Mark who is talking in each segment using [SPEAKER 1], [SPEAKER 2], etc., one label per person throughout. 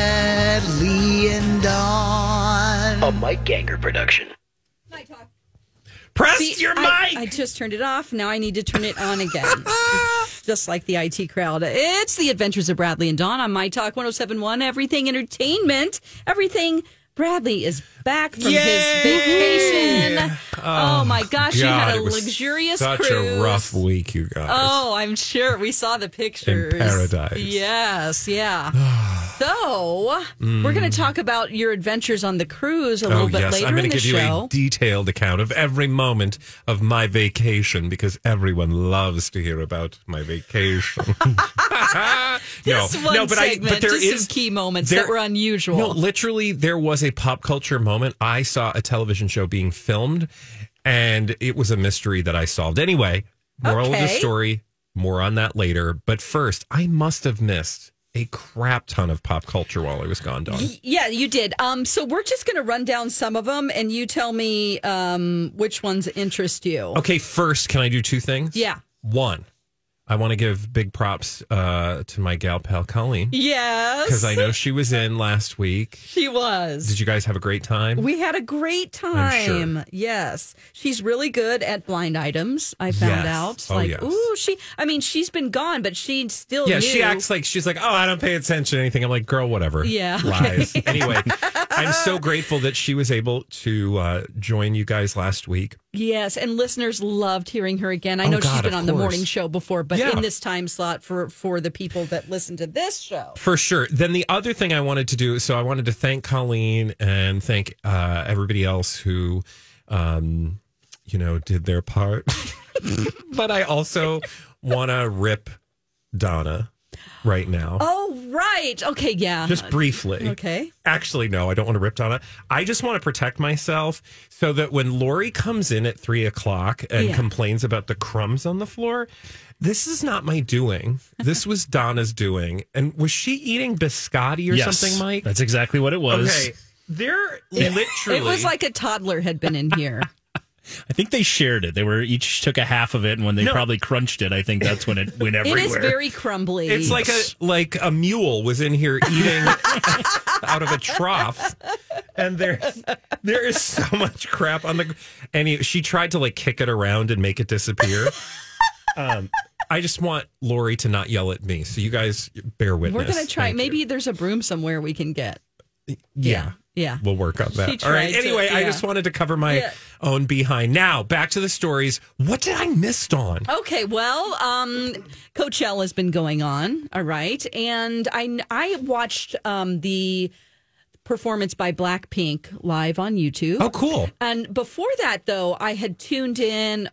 [SPEAKER 1] Bradley and Dawn.
[SPEAKER 2] A Mike Ganger production.
[SPEAKER 3] My talk.
[SPEAKER 4] Press
[SPEAKER 3] See,
[SPEAKER 4] your
[SPEAKER 3] I,
[SPEAKER 4] mic.
[SPEAKER 3] I just turned it off. Now I need to turn it on again. just like the IT crowd. It's the adventures of Bradley and Dawn on My Talk 1071, Everything Entertainment. Everything. Bradley is back from
[SPEAKER 4] Yay!
[SPEAKER 3] his vacation. Oh, my gosh. you had
[SPEAKER 4] God,
[SPEAKER 3] a
[SPEAKER 4] it was
[SPEAKER 3] luxurious
[SPEAKER 4] such
[SPEAKER 3] cruise.
[SPEAKER 4] a rough week, you guys.
[SPEAKER 3] Oh, I'm sure. We saw the pictures.
[SPEAKER 4] paradise. Oh,
[SPEAKER 3] Yes, yeah. so, we're going to talk about your adventures on the cruise a little
[SPEAKER 4] Oh,
[SPEAKER 3] bit
[SPEAKER 4] yes,
[SPEAKER 3] later
[SPEAKER 4] I'm
[SPEAKER 3] in
[SPEAKER 4] going
[SPEAKER 3] the
[SPEAKER 4] to give you
[SPEAKER 3] show.
[SPEAKER 4] a detailed account of every moment of my vacation because everyone loves to hear about my vacation.
[SPEAKER 3] This
[SPEAKER 4] no,
[SPEAKER 3] one
[SPEAKER 4] no, but
[SPEAKER 3] segment,
[SPEAKER 4] I but there
[SPEAKER 3] just
[SPEAKER 4] is
[SPEAKER 3] some key moments
[SPEAKER 4] there-
[SPEAKER 3] that were unusual.
[SPEAKER 4] No, literally, there was a pop culture moment. I saw a television show being filmed, and it was a mystery that I solved. Anyway, moral of the
[SPEAKER 3] Okay.
[SPEAKER 4] story. More on that later. But first, I must have missed a crap ton of pop culture while I was gone, Don.
[SPEAKER 3] Yeah, you did. Um, so we're just going to run down some of them, and you tell me um, which ones interest you.
[SPEAKER 4] Okay, first, can I do two things?
[SPEAKER 3] Yeah.
[SPEAKER 4] One, I want to give big props uh, to my gal pal Colleen
[SPEAKER 3] Yes,
[SPEAKER 4] because I know she was in last week.
[SPEAKER 3] she was.
[SPEAKER 4] Did you guys have a great time?
[SPEAKER 3] We had a great
[SPEAKER 4] I'm sure.
[SPEAKER 3] time. Yes, she's really good at blind items. I found
[SPEAKER 4] Yes.
[SPEAKER 3] out.
[SPEAKER 4] Oh,
[SPEAKER 3] like,
[SPEAKER 4] yes.
[SPEAKER 3] ooh, she. I mean, she's been gone, but she still.
[SPEAKER 4] Yeah,
[SPEAKER 3] knew.
[SPEAKER 4] she acts like she's like, oh, I don't pay attention to anything. I'm like, girl, whatever.
[SPEAKER 3] Yeah, okay.
[SPEAKER 4] Lies. anyway, I'm so grateful that she was able to uh, join you guys last week.
[SPEAKER 3] Yes, and listeners loved hearing her again. I
[SPEAKER 4] Oh,
[SPEAKER 3] know she's
[SPEAKER 4] God,
[SPEAKER 3] been
[SPEAKER 4] of
[SPEAKER 3] on the
[SPEAKER 4] course.
[SPEAKER 3] morning show before, but
[SPEAKER 4] Yeah.
[SPEAKER 3] in this time slot for for the people that listen to this show.
[SPEAKER 4] For sure. Then the other thing I wanted to do, so I wanted to thank Colleen and thank uh, everybody else who, um, you know, did their part. but I also want to rip Donna right now,
[SPEAKER 3] Oh right. Okay. Yeah.
[SPEAKER 4] just briefly.
[SPEAKER 3] okay.
[SPEAKER 4] Actually, no, I don't want to rip Donna. I just want to protect myself so that when Lori comes in at three o'clock and
[SPEAKER 3] Yeah.
[SPEAKER 4] complains about the crumbs on the floor, this is not my doing. This was Donna's doing. And was she eating biscotti or
[SPEAKER 5] Yes,
[SPEAKER 4] something, Mike?
[SPEAKER 5] That's exactly what it was.
[SPEAKER 4] okay. They're literally.
[SPEAKER 3] It was like a toddler had been in here.
[SPEAKER 5] I think they shared it. They were each took a half of it, and when they
[SPEAKER 4] No.
[SPEAKER 5] probably crunched it, I think that's when it went
[SPEAKER 3] it
[SPEAKER 5] everywhere.
[SPEAKER 3] is very crumbly.
[SPEAKER 4] It's like a like a mule was in here eating out of a trough, and there's there is so much crap on the. gr- And he, she tried to like kick it around and make it disappear. Um, I just want Lori to not yell at me, so you guys bear
[SPEAKER 3] We're
[SPEAKER 4] witness.
[SPEAKER 3] gonna try.
[SPEAKER 4] Thank you.
[SPEAKER 3] Maybe there's a broom somewhere we can get.
[SPEAKER 4] yeah.
[SPEAKER 3] Yeah.
[SPEAKER 4] We'll work on that.
[SPEAKER 3] She
[SPEAKER 4] All right.
[SPEAKER 3] tried to-
[SPEAKER 4] Anyway, I
[SPEAKER 3] yeah.
[SPEAKER 4] just wanted to cover my
[SPEAKER 3] Yeah.
[SPEAKER 4] own behind. Now, back to the stories. What did I miss on?
[SPEAKER 3] Okay, well, um, Coachella has been going on, all right, and I I watched um, the performance by Blackpink live on YouTube.
[SPEAKER 4] Oh, cool.
[SPEAKER 3] And before that, though, I had tuned in,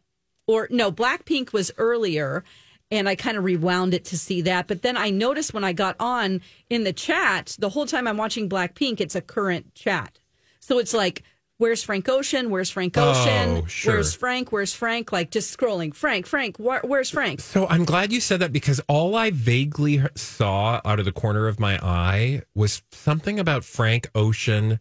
[SPEAKER 3] or no, Blackpink was earlier, and I kind of rewound it to see that. But then I noticed when I got on in the chat, the whole time I'm watching Blackpink, it's a current chat. So it's like where's Frank Ocean? Where's Frank Ocean?
[SPEAKER 4] Oh, sure.
[SPEAKER 3] Where's Frank? Where's Frank? Like just scrolling, Frank, Frank, wh- where's Frank?
[SPEAKER 4] So I'm glad you said that because all I vaguely h- saw out of the corner of my eye was something about Frank Ocean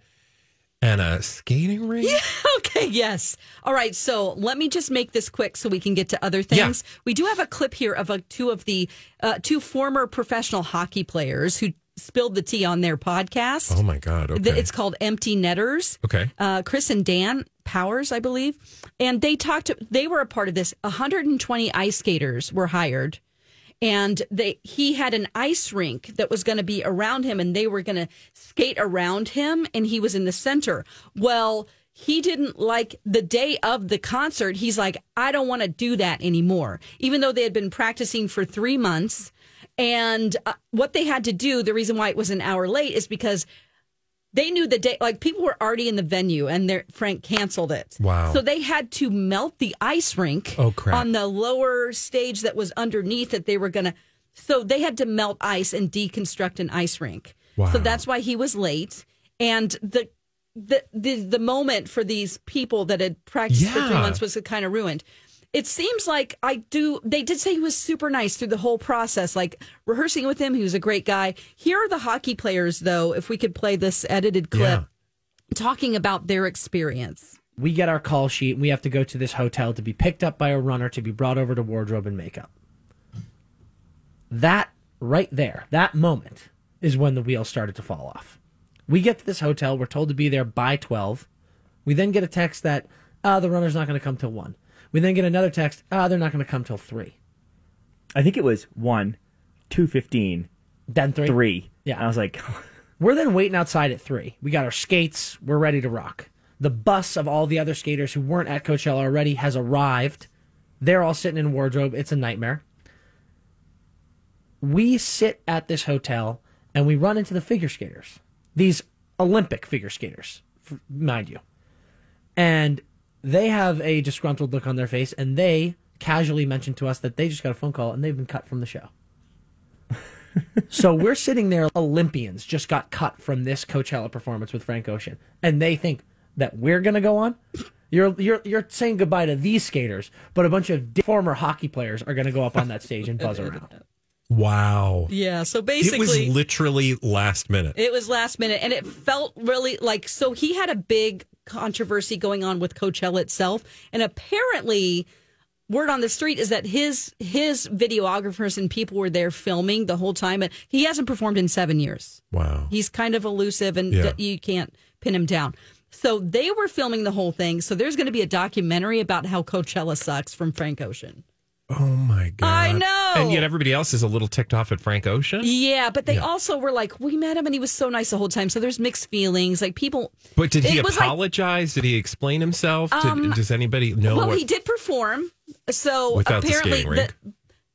[SPEAKER 4] and a skating rink.
[SPEAKER 3] Okay, yes. All right, so let me just make this quick so we can get to other things. We do have a clip here of uh two of the uh, two former professional hockey players who spilled the tea on their podcast.
[SPEAKER 4] Oh my god.
[SPEAKER 3] Th-
[SPEAKER 4] Okay.
[SPEAKER 3] It's called Empty Netters.
[SPEAKER 4] Okay.
[SPEAKER 3] Uh, Chris and Dan Powers, I believe. And they talked, they were a part of this. 120 ice skaters were hired. And they, he had an ice rink that was going to be around him, and they were going to skate around him, and he was in the center. Well, he didn't like the day of the concert. He's like, I don't want to do that anymore. Even though they had been practicing for three months, and uh, what they had to do, the reason why it was an hour late is because they knew the day like people were already in the venue and their frank canceled it
[SPEAKER 4] Wow.
[SPEAKER 3] so they had to melt the ice rink
[SPEAKER 4] Oh, crap.
[SPEAKER 3] on the lower stage that was underneath that they were gonna so they had to melt ice and deconstruct an ice rink
[SPEAKER 4] Wow.
[SPEAKER 3] so that's why he was late and the the the, the moment for these people that had practiced for three
[SPEAKER 4] Yeah.
[SPEAKER 3] months was kind of ruined it seems like I do. They did say he was super nice through the whole process, like rehearsing with him. He was a great guy. Here are the hockey players, though, if we could play this edited clip
[SPEAKER 4] Yeah.
[SPEAKER 3] talking about their experience.
[SPEAKER 2] we get our call sheet and we have to go to this hotel to be picked up by a runner to be brought over to wardrobe and makeup. That right there, that moment is when the wheels started to fall off. We get to this hotel, we're told to be there by 12. We then get a text that, ah, the runner's not going to come till 1. We then get another text, ah, they're not going to come till 3.
[SPEAKER 6] I think it was one, two fifteen,
[SPEAKER 2] Then 3.
[SPEAKER 6] three.
[SPEAKER 2] Yeah.
[SPEAKER 6] And I was like,
[SPEAKER 2] We're then waiting outside at three. We got our skates. We're ready to rock. The bus of all the other skaters who weren't at Coachella already has arrived. They're all sitting in wardrobe. It's a nightmare. We sit at this hotel and we run into the figure skaters, these Olympic figure skaters, f- mind you. And they have a disgruntled look on their face and they casually mention to us that they just got a phone call and they've been cut from the show. So we're sitting there, Olympians just got cut from this Coachella performance with Frank Ocean, and they think that we're gonna go on. You're you're you're saying goodbye to these skaters, but a bunch of di- former hockey players are gonna go up on that stage and buzz around.
[SPEAKER 4] Wow.
[SPEAKER 3] Yeah. So
[SPEAKER 4] It was
[SPEAKER 3] basically,
[SPEAKER 4] literally last minute.
[SPEAKER 3] It was last minute, and it felt really like so. He had a big controversy going on with Coachella itself, and apparently, word on the street is that his his videographers and people were there filming the whole time. And he hasn't performed in seven years.
[SPEAKER 4] Wow.
[SPEAKER 3] He's kind of elusive, and
[SPEAKER 4] Yeah.
[SPEAKER 3] d- you can't pin him down. So they were filming the whole thing. So there's going to be a documentary about how Coachella sucks from Frank Ocean.
[SPEAKER 4] Oh my god.
[SPEAKER 3] I know.
[SPEAKER 4] And yet everybody else is a little ticked off at Frank Ocean.
[SPEAKER 3] Yeah, but they also were like, we met him and he was so nice the whole time. So there's mixed feelings. Like people,
[SPEAKER 4] But did he
[SPEAKER 3] It was like- Um,
[SPEAKER 4] apologize? did he explain himself? Did- does anybody know
[SPEAKER 3] Well,
[SPEAKER 4] what
[SPEAKER 3] he did perform. So
[SPEAKER 4] without the
[SPEAKER 3] apparently,
[SPEAKER 4] skating rink?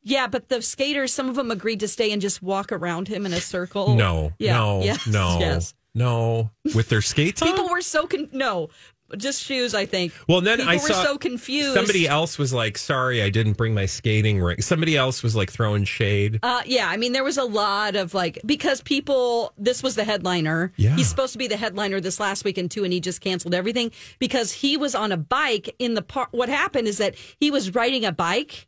[SPEAKER 3] yeah, but the skaters, some of them agreed to stay and just walk around him in a circle.
[SPEAKER 4] no.
[SPEAKER 3] yeah,
[SPEAKER 4] no.
[SPEAKER 3] yes,
[SPEAKER 4] no.
[SPEAKER 3] yes.
[SPEAKER 4] No. With their skates on?
[SPEAKER 3] People were so con- no, just shoes. I think.
[SPEAKER 4] Well, then
[SPEAKER 3] people
[SPEAKER 4] I
[SPEAKER 3] were
[SPEAKER 4] saw
[SPEAKER 3] so confused.
[SPEAKER 4] Somebody else was like, "Sorry, I didn't bring my skating rink." Somebody else was like throwing shade.
[SPEAKER 3] Uh, yeah, I mean, there was a lot of like because people. This was the headliner.
[SPEAKER 4] Yeah.
[SPEAKER 3] he's supposed to be the headliner this last weekend too, and he just canceled everything because he was on a bike in the park. What happened is that he was riding a bike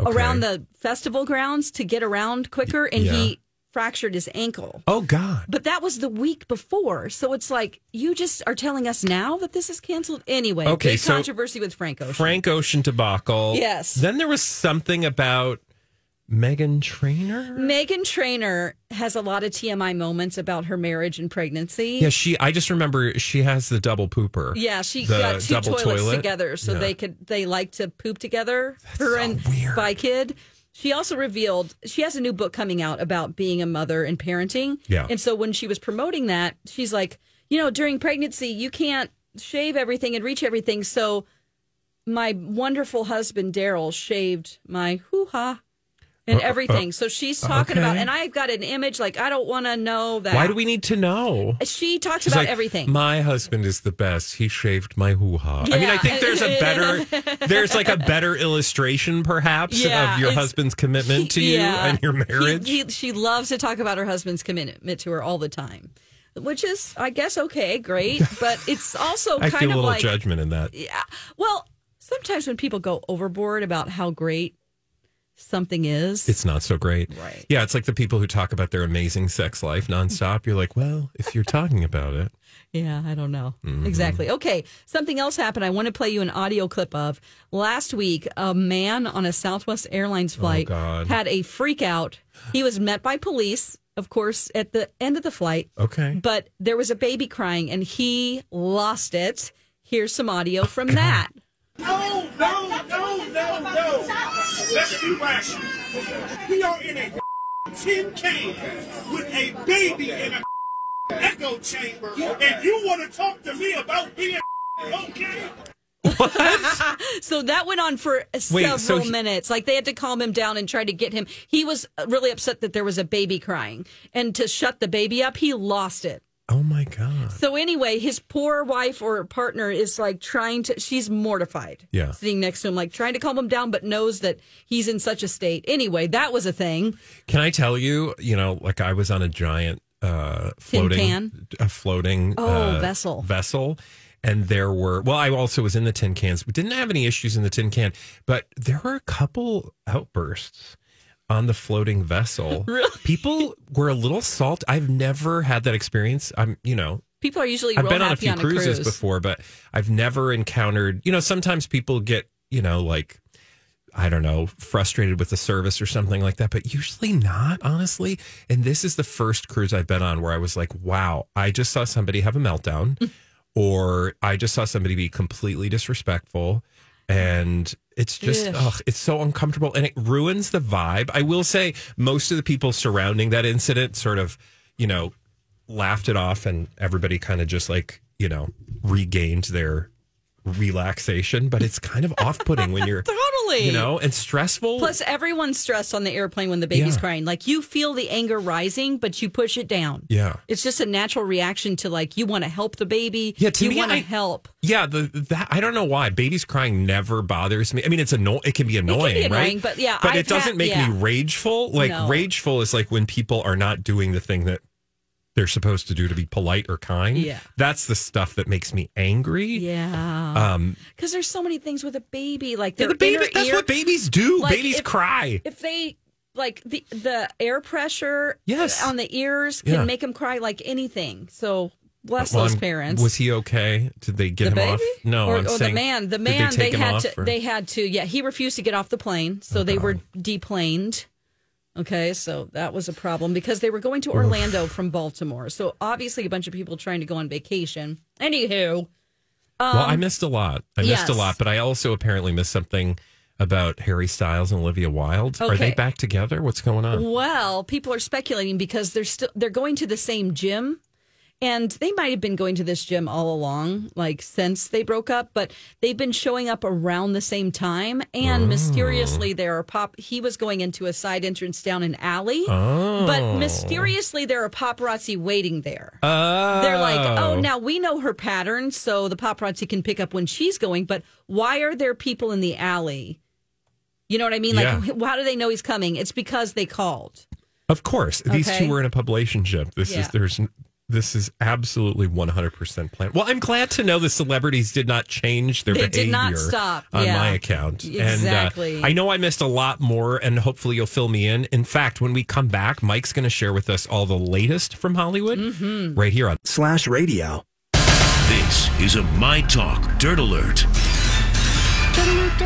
[SPEAKER 4] Okay.
[SPEAKER 3] around the festival grounds to get around quicker, and
[SPEAKER 4] yeah.
[SPEAKER 3] he fractured his ankle.
[SPEAKER 4] Oh God.
[SPEAKER 3] But that was the week before, so it's like you just are telling us now that this is canceled anyway.
[SPEAKER 4] Okay,
[SPEAKER 3] big
[SPEAKER 4] so-
[SPEAKER 3] controversy with Frank Ocean.
[SPEAKER 4] Frank Ocean debacle.
[SPEAKER 3] Yes.
[SPEAKER 4] Then there was something about Megan Trainer.
[SPEAKER 3] Megan Trainer has a lot of TMI moments about her marriage and pregnancy.
[SPEAKER 4] Yeah, she. I just remember she has the double pooper.
[SPEAKER 3] Yeah, she
[SPEAKER 4] The
[SPEAKER 3] got two
[SPEAKER 4] double
[SPEAKER 3] toilets
[SPEAKER 4] toilet?
[SPEAKER 3] together so
[SPEAKER 4] Yeah.
[SPEAKER 3] they could they like to poop together. her and by kid. She also revealed she has a new book coming out about being a mother and parenting.
[SPEAKER 4] Yeah.
[SPEAKER 3] And so when she was promoting that, she's like, you know, during pregnancy you can't shave everything and reach everything. So my wonderful husband Daryl shaved my hoo ha and
[SPEAKER 4] Uh, uh,
[SPEAKER 3] everything. so she's talking about
[SPEAKER 4] okay.
[SPEAKER 3] and I've got an image like I don't want to know that.
[SPEAKER 4] Why do we need to know?
[SPEAKER 3] She talks
[SPEAKER 4] She's
[SPEAKER 3] about
[SPEAKER 4] like,
[SPEAKER 3] everything.
[SPEAKER 4] My husband is the best. He shaved my hoo ha. I mean, I
[SPEAKER 3] Yeah.
[SPEAKER 4] think there's a better, there's like a better illustration, perhaps,
[SPEAKER 3] Yeah,
[SPEAKER 4] of your
[SPEAKER 3] it's-
[SPEAKER 4] husband's commitment to you
[SPEAKER 3] Yeah.
[SPEAKER 4] and your
[SPEAKER 3] He-
[SPEAKER 4] marriage.
[SPEAKER 3] he- she loves to talk about her husband's commitment to her all the time. which is, I guess, okay, great. But it's also
[SPEAKER 4] I
[SPEAKER 3] kind
[SPEAKER 4] feel a
[SPEAKER 3] of
[SPEAKER 4] little
[SPEAKER 3] like
[SPEAKER 4] judgment in that.
[SPEAKER 3] Well, sometimes when people go overboard about how great something is,
[SPEAKER 4] It's not so great.
[SPEAKER 3] Right.
[SPEAKER 4] Yeah, it's like the people who talk about their amazing sex life nonstop. You're like, well, if you're talking about it,
[SPEAKER 3] yeah, I don't know.
[SPEAKER 4] Mm-hmm.
[SPEAKER 3] Exactly. Okay, something else happened I want to play you an audio clip of. Last week, a man on a Southwest Airlines flight
[SPEAKER 4] Oh, God.
[SPEAKER 3] had a freak out. He was met by police, of course, at the end of the flight.
[SPEAKER 4] okay.
[SPEAKER 3] But there was a baby crying and he lost it. Here's some audio from that.
[SPEAKER 7] No, no, no, no, no. Let's be rational. We are in a tin can with a baby in a echo chamber, and you want to talk to me about being okay?
[SPEAKER 3] So that went on for several
[SPEAKER 4] so he-
[SPEAKER 3] minutes. Like they had to calm him down and try to get him. He was really upset that there was a baby crying. And to shut the baby up, he lost it.
[SPEAKER 4] Oh my god.
[SPEAKER 3] So anyway, his poor wife or partner is like trying to she's mortified.
[SPEAKER 4] Yeah.
[SPEAKER 3] Sitting next to him, like trying to calm him down, but knows that he's in such a state. Anyway, that was a thing.
[SPEAKER 4] Can I tell you? You know, like I was on a giant uh, floating
[SPEAKER 3] can?
[SPEAKER 4] a floating
[SPEAKER 3] Oh,
[SPEAKER 4] uh,
[SPEAKER 3] vessel.
[SPEAKER 4] vessel, and there were well, I also was in the tin cans. We didn't have any issues in the tin can, but there were a couple outbursts on the floating vessel.
[SPEAKER 3] Really?
[SPEAKER 4] people were a little salt. I've never had that experience. I'm, you know,
[SPEAKER 3] People are usually
[SPEAKER 4] I've
[SPEAKER 3] real
[SPEAKER 4] been on a
[SPEAKER 3] happy
[SPEAKER 4] few
[SPEAKER 3] on a
[SPEAKER 4] cruises
[SPEAKER 3] cruise.
[SPEAKER 4] before, but I've never encountered, you know, sometimes people get, you know, like, I don't know, frustrated with the service or something like that, but usually not, honestly. And this is the first cruise I've been on where I was like, wow, I just saw somebody have a meltdown or I just saw somebody be completely disrespectful. And it's just, oh,
[SPEAKER 3] Ugh.
[SPEAKER 4] ugh, it's so uncomfortable and it ruins the vibe. I will say most of the people surrounding that incident sort of, you know, laughed it off and everybody kind of just like, you know, regained their relaxation. But it's kind of off putting when you're,
[SPEAKER 3] Totally.
[SPEAKER 4] you know, and stressful.
[SPEAKER 3] Plus, everyone's stressed on the airplane when the baby's
[SPEAKER 4] Yeah.
[SPEAKER 3] crying. Like you feel the anger rising, but you push it down.
[SPEAKER 4] Yeah.
[SPEAKER 3] it's just a natural reaction to like you want to help the baby.
[SPEAKER 4] Yeah, to
[SPEAKER 3] you
[SPEAKER 4] me,
[SPEAKER 3] want to
[SPEAKER 4] I-
[SPEAKER 3] help.
[SPEAKER 4] yeah, the, that I don't know why babies crying never bothers me. I mean, it's anno- it can be annoying,
[SPEAKER 3] annoying,
[SPEAKER 4] right?
[SPEAKER 3] but yeah,
[SPEAKER 4] but
[SPEAKER 3] I've
[SPEAKER 4] it doesn't
[SPEAKER 3] had-
[SPEAKER 4] make
[SPEAKER 3] yeah.
[SPEAKER 4] me rageful. Like
[SPEAKER 3] No.
[SPEAKER 4] rageful is like when people are not doing the thing that they're supposed to do to be polite or kind.
[SPEAKER 3] Yeah.
[SPEAKER 4] that's the stuff that makes me angry.
[SPEAKER 3] Yeah,
[SPEAKER 4] Um,
[SPEAKER 3] because there's so many things with a baby. Like
[SPEAKER 4] yeah,
[SPEAKER 3] their
[SPEAKER 4] the baby,
[SPEAKER 3] inner
[SPEAKER 4] that's
[SPEAKER 3] ear-
[SPEAKER 4] what babies do.
[SPEAKER 3] like,
[SPEAKER 4] babies
[SPEAKER 3] if-
[SPEAKER 4] cry.
[SPEAKER 3] If they like the the air pressure,
[SPEAKER 4] Yes.
[SPEAKER 3] on the ears can
[SPEAKER 4] Yeah.
[SPEAKER 3] make them cry like anything. So bless
[SPEAKER 4] Well,
[SPEAKER 3] those
[SPEAKER 4] I'm-
[SPEAKER 3] parents.
[SPEAKER 4] Was he okay? Did they get
[SPEAKER 3] the
[SPEAKER 4] him
[SPEAKER 3] baby?
[SPEAKER 4] off? No,
[SPEAKER 3] or,
[SPEAKER 4] I'm
[SPEAKER 3] or
[SPEAKER 4] saying
[SPEAKER 3] the man. The
[SPEAKER 4] did they
[SPEAKER 3] man.
[SPEAKER 4] take him
[SPEAKER 3] had
[SPEAKER 4] off,
[SPEAKER 3] to.
[SPEAKER 4] or- Oh,
[SPEAKER 3] They had to. Yeah, he refused to get off the plane, so they were deplaned. Okay, so that was a problem because they were going to Orlando from Baltimore. So obviously, a bunch of people trying to go on vacation. Anywho,
[SPEAKER 4] well, I missed a lot. I missed a
[SPEAKER 3] Um, yes.
[SPEAKER 4] lot, but I also apparently missed something about Harry Styles and Olivia Wilde. Are they
[SPEAKER 3] Okay.
[SPEAKER 4] back together? What's going on?
[SPEAKER 3] well, people are speculating because they're still they're going to the same gym. And they might have been going to this gym all along, like since they broke up, but they've been showing up around the same time. And mysteriously, there are pop. He was going into a side entrance down an alley, but mysteriously, there are paparazzi waiting there.
[SPEAKER 4] Oh.
[SPEAKER 3] They're like, oh, now we know her pattern, so the paparazzi can pick up when she's going, but why are there people in the alley? You know what I mean? Like,
[SPEAKER 4] Yeah.
[SPEAKER 3] wh- how do they know he's coming? It's because they called.
[SPEAKER 4] Of course, these
[SPEAKER 3] Okay.
[SPEAKER 4] two were in a publicationship. This is
[SPEAKER 3] Yeah.
[SPEAKER 4] there's this is absolutely 100% planned. Well, I'm glad to know the celebrities did not change their
[SPEAKER 3] They
[SPEAKER 4] behavior
[SPEAKER 3] did not stop.
[SPEAKER 4] on
[SPEAKER 3] Yeah.
[SPEAKER 4] my account. And, uh,
[SPEAKER 3] Exactly.
[SPEAKER 4] I know I missed a lot more and hopefully you'll fill me in. In fact, when we come back, Mike's going to share with us all the latest from Hollywood
[SPEAKER 3] Mm-hmm.
[SPEAKER 4] right here on
[SPEAKER 8] slash radio.
[SPEAKER 7] This is a My Talk Dirt Alert.
[SPEAKER 3] Oh,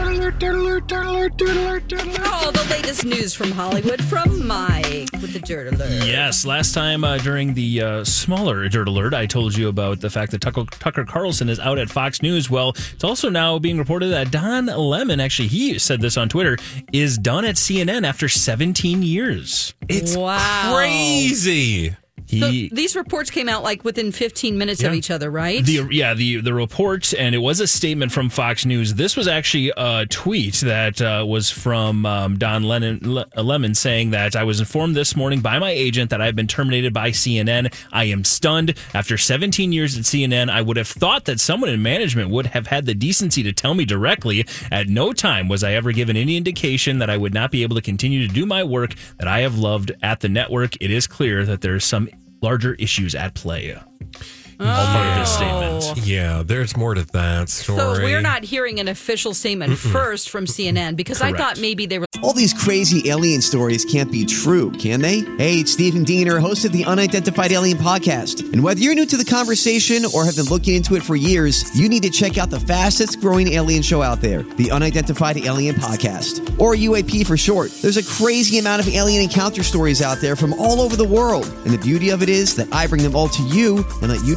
[SPEAKER 3] the latest news from Hollywood from Mike with the dirt alert.
[SPEAKER 5] Yes, last time uh, during the uh, smaller dirt alert, I told you about the fact that Tucker, Tucker Carlson is out at Fox News. Well, it's also now being reported that Don Lemon, actually, he said this on Twitter, is done at CNN after 17 years.
[SPEAKER 4] It's
[SPEAKER 3] Wow.
[SPEAKER 4] crazy.
[SPEAKER 3] So
[SPEAKER 5] He,
[SPEAKER 3] these reports came out like within 15 minutes of
[SPEAKER 4] Yeah.
[SPEAKER 3] each other, right?
[SPEAKER 5] the yeah the the report and it was a statement from Fox News. This was actually a tweet that uh, was from um, Don Lennon, Le- Lemon saying that I was informed this morning by my agent that I've been terminated by CNN. I am stunned. After 17 years at CNN, I would have thought that someone in management would have had the decency to tell me directly. At no time was I ever given any indication that I would not be able to continue to do my work that I have loved at the network. It is clear that there is some larger issues at play. All part of his statement.
[SPEAKER 4] Yeah, there's more to that story.
[SPEAKER 3] So we're not hearing an official statement first from CNN because I thought maybe they were
[SPEAKER 8] All these crazy alien stories can't be true, can they? Hey, it's Stephen Diener, host of the Unidentified Alien Podcast. And whether you're new to the conversation or have been looking into it for years, you need to check out the fastest growing alien show out there, the Unidentified Alien Podcast, or UAP for short. There's a crazy amount of alien encounter stories out there from all over the world. And the beauty of it is that I bring them all to you and let you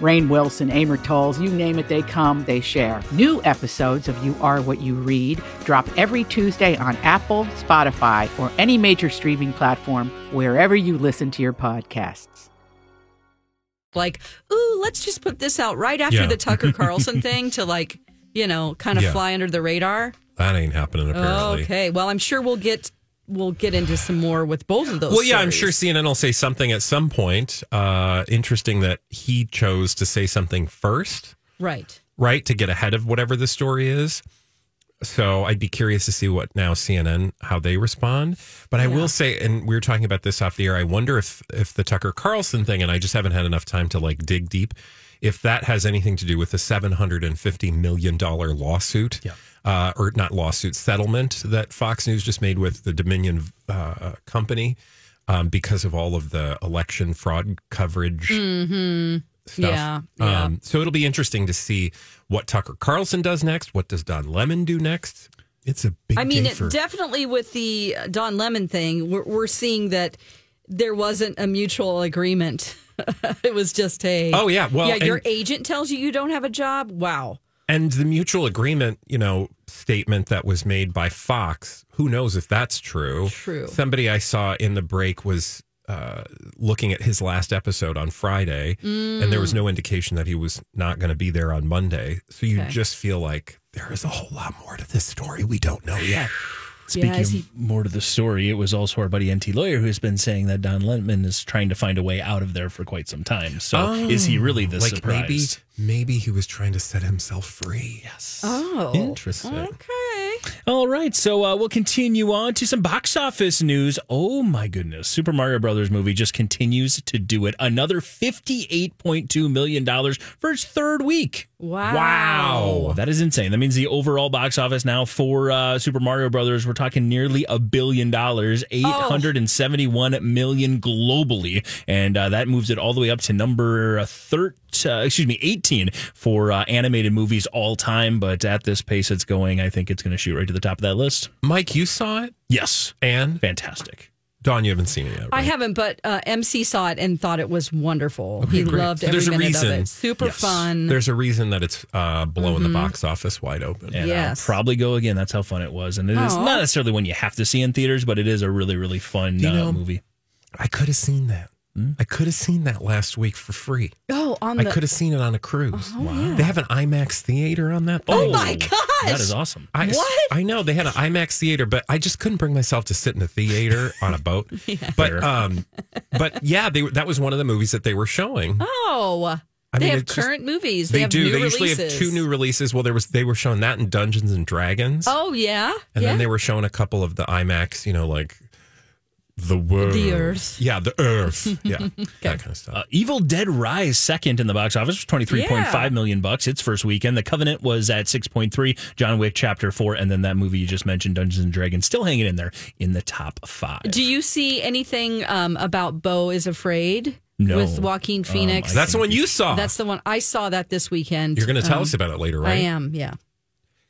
[SPEAKER 9] Rain Wilson, Amor Tolls, you name it, they come, they share. New episodes of You Are What You Read drop every Tuesday on Apple, Spotify, or any major streaming platform wherever you listen to your podcasts.
[SPEAKER 3] like, "Ooh, let's just put this out right after
[SPEAKER 4] Yeah.
[SPEAKER 3] the Tucker Carlson thing to like, you know, kind of
[SPEAKER 4] Yeah.
[SPEAKER 3] fly under the radar."
[SPEAKER 4] that ain't happening apparently.
[SPEAKER 3] Okay. Well, I'm sure we'll get we'll get into some more with both of those.
[SPEAKER 4] Well, yeah, I'm sure
[SPEAKER 3] stories.
[SPEAKER 4] CNN will say something at some point. Uh, interesting that he chose to say something first,
[SPEAKER 3] Right.
[SPEAKER 4] right, to get ahead of whatever the story is. So I'd be curious to see what now CNN how they respond. But I will say, and we were talking about this off the air. I wonder if if the Tucker Carlson thing, and I just haven't had enough time to like dig deep, if that has anything to do with the 750 million dollar lawsuit. Uh, or not lawsuit settlement that Fox News just made with the Dominion uh, company um, because of all of the election fraud coverage stuff.
[SPEAKER 3] Yeah,
[SPEAKER 4] Um, so it'll be interesting to see what Tucker Carlson does next. What does Don Lemon do next? It's a big.
[SPEAKER 3] I mean,
[SPEAKER 4] day
[SPEAKER 3] it,
[SPEAKER 4] for-
[SPEAKER 3] definitely with the uh, Don Lemon thing, we're, we're seeing that there wasn't a mutual agreement. it was just a
[SPEAKER 4] Oh, yeah, well,
[SPEAKER 3] yeah. your
[SPEAKER 4] and-
[SPEAKER 3] agent tells you you don't have a job. Wow.
[SPEAKER 4] and the mutual agreement, you know, statement that was made by Fox. Who knows if that's true?
[SPEAKER 3] True.
[SPEAKER 4] Somebody I saw in the break was. Uh, looking at his last episode on Friday, and there was
[SPEAKER 3] Mm.
[SPEAKER 4] no indication that he was not going to be there on Monday. So you just feel like there is a whole lot more to this story we don't know yet.
[SPEAKER 5] Speaking
[SPEAKER 3] is he-
[SPEAKER 5] of more to the story, it was also our buddy NT Lawyer who has been saying that Don Lemon is trying to find a way out of there for quite some time. So is he really this
[SPEAKER 4] Oh, like
[SPEAKER 5] surprised?
[SPEAKER 4] maybe maybe he was trying to set himself free? Yes.
[SPEAKER 3] Oh,
[SPEAKER 4] Interesting.
[SPEAKER 3] Okay.
[SPEAKER 5] All right, so uh, we'll continue on to some box office news. Oh my goodness, Super Mario Brothers movie just continues to do it. Another fifty-eight point two million dollars for its third week.
[SPEAKER 3] Wow.
[SPEAKER 5] Wow, that is insane. That means the overall box office now for uh, Super Mario Brothers, we're talking nearly a billion dollars, eight
[SPEAKER 3] Oh.
[SPEAKER 5] hundred and seventy-one million globally, and uh, that moves it all the way up to number uh, thirteen. Uh, excuse me, eighteen for uh, animated movies all time. But at this pace it's going, I think it's going to shoot right to the top of that list.
[SPEAKER 4] Mike, you saw it?
[SPEAKER 5] Yes,
[SPEAKER 4] And
[SPEAKER 5] fantastic.
[SPEAKER 4] Don, you haven't seen it yet.
[SPEAKER 3] I
[SPEAKER 4] right?
[SPEAKER 3] haven't, but uh, MC saw it and thought it was wonderful. he
[SPEAKER 4] great.
[SPEAKER 3] loved
[SPEAKER 4] So
[SPEAKER 3] every
[SPEAKER 4] there's a
[SPEAKER 3] minute of
[SPEAKER 4] reason.
[SPEAKER 3] it. Super
[SPEAKER 4] Yes.
[SPEAKER 3] fun. Mm-hmm.
[SPEAKER 4] There's a reason that it's uh, blowing the box office wide open.
[SPEAKER 5] And
[SPEAKER 3] Yes.
[SPEAKER 5] I'll probably go again. That's how fun it was, and it is
[SPEAKER 3] Aw.
[SPEAKER 5] not necessarily one you have to see in theaters, but it is a really, really fun
[SPEAKER 4] You
[SPEAKER 5] uh,
[SPEAKER 4] know,
[SPEAKER 5] movie.
[SPEAKER 4] I could have seen that. I could have seen that last week for free.
[SPEAKER 3] oh, on
[SPEAKER 4] I
[SPEAKER 3] the
[SPEAKER 4] could have seen it on a cruise. They have an IMAX theater on that.
[SPEAKER 3] Oh
[SPEAKER 4] thing.
[SPEAKER 3] my gosh.
[SPEAKER 5] that is awesome.
[SPEAKER 4] I,
[SPEAKER 3] What?
[SPEAKER 4] I know they had an IMAX theater, but I just couldn't bring myself to sit in a theater on a boat. But um, but yeah, they, that was one of the movies that they were showing.
[SPEAKER 3] oh.
[SPEAKER 4] I
[SPEAKER 3] they
[SPEAKER 4] mean,
[SPEAKER 3] have
[SPEAKER 4] it's just-
[SPEAKER 3] current movies. They,
[SPEAKER 4] they
[SPEAKER 3] have
[SPEAKER 4] do.
[SPEAKER 3] New
[SPEAKER 4] they
[SPEAKER 3] releases.
[SPEAKER 4] usually have two new releases. Well, there was they were showing that in Dungeons and Dragons,
[SPEAKER 3] Oh yeah.
[SPEAKER 4] and
[SPEAKER 3] yeah.
[SPEAKER 4] then they were showing a couple of the IMAX. You know, like the world,
[SPEAKER 3] The Earth.
[SPEAKER 4] yeah, the Earth, yeah, that kind of stuff.
[SPEAKER 5] Uh, Evil Dead Rise second in the box office was twenty three point
[SPEAKER 3] Yeah.
[SPEAKER 5] five million bucks its first weekend. The Covenant was at six point three. John Wick Chapter four, and then that movie you just mentioned, Dungeons and Dragons, still hanging in there in the top five.
[SPEAKER 3] Do you see anything um, about Bo is Afraid
[SPEAKER 5] No.
[SPEAKER 3] with Joaquin Phoenix?
[SPEAKER 4] Um, That's the one you saw.
[SPEAKER 3] That's the one I saw that this weekend.
[SPEAKER 4] You're going to tell
[SPEAKER 3] Um,
[SPEAKER 4] us about it later, right?
[SPEAKER 3] I am. Yeah.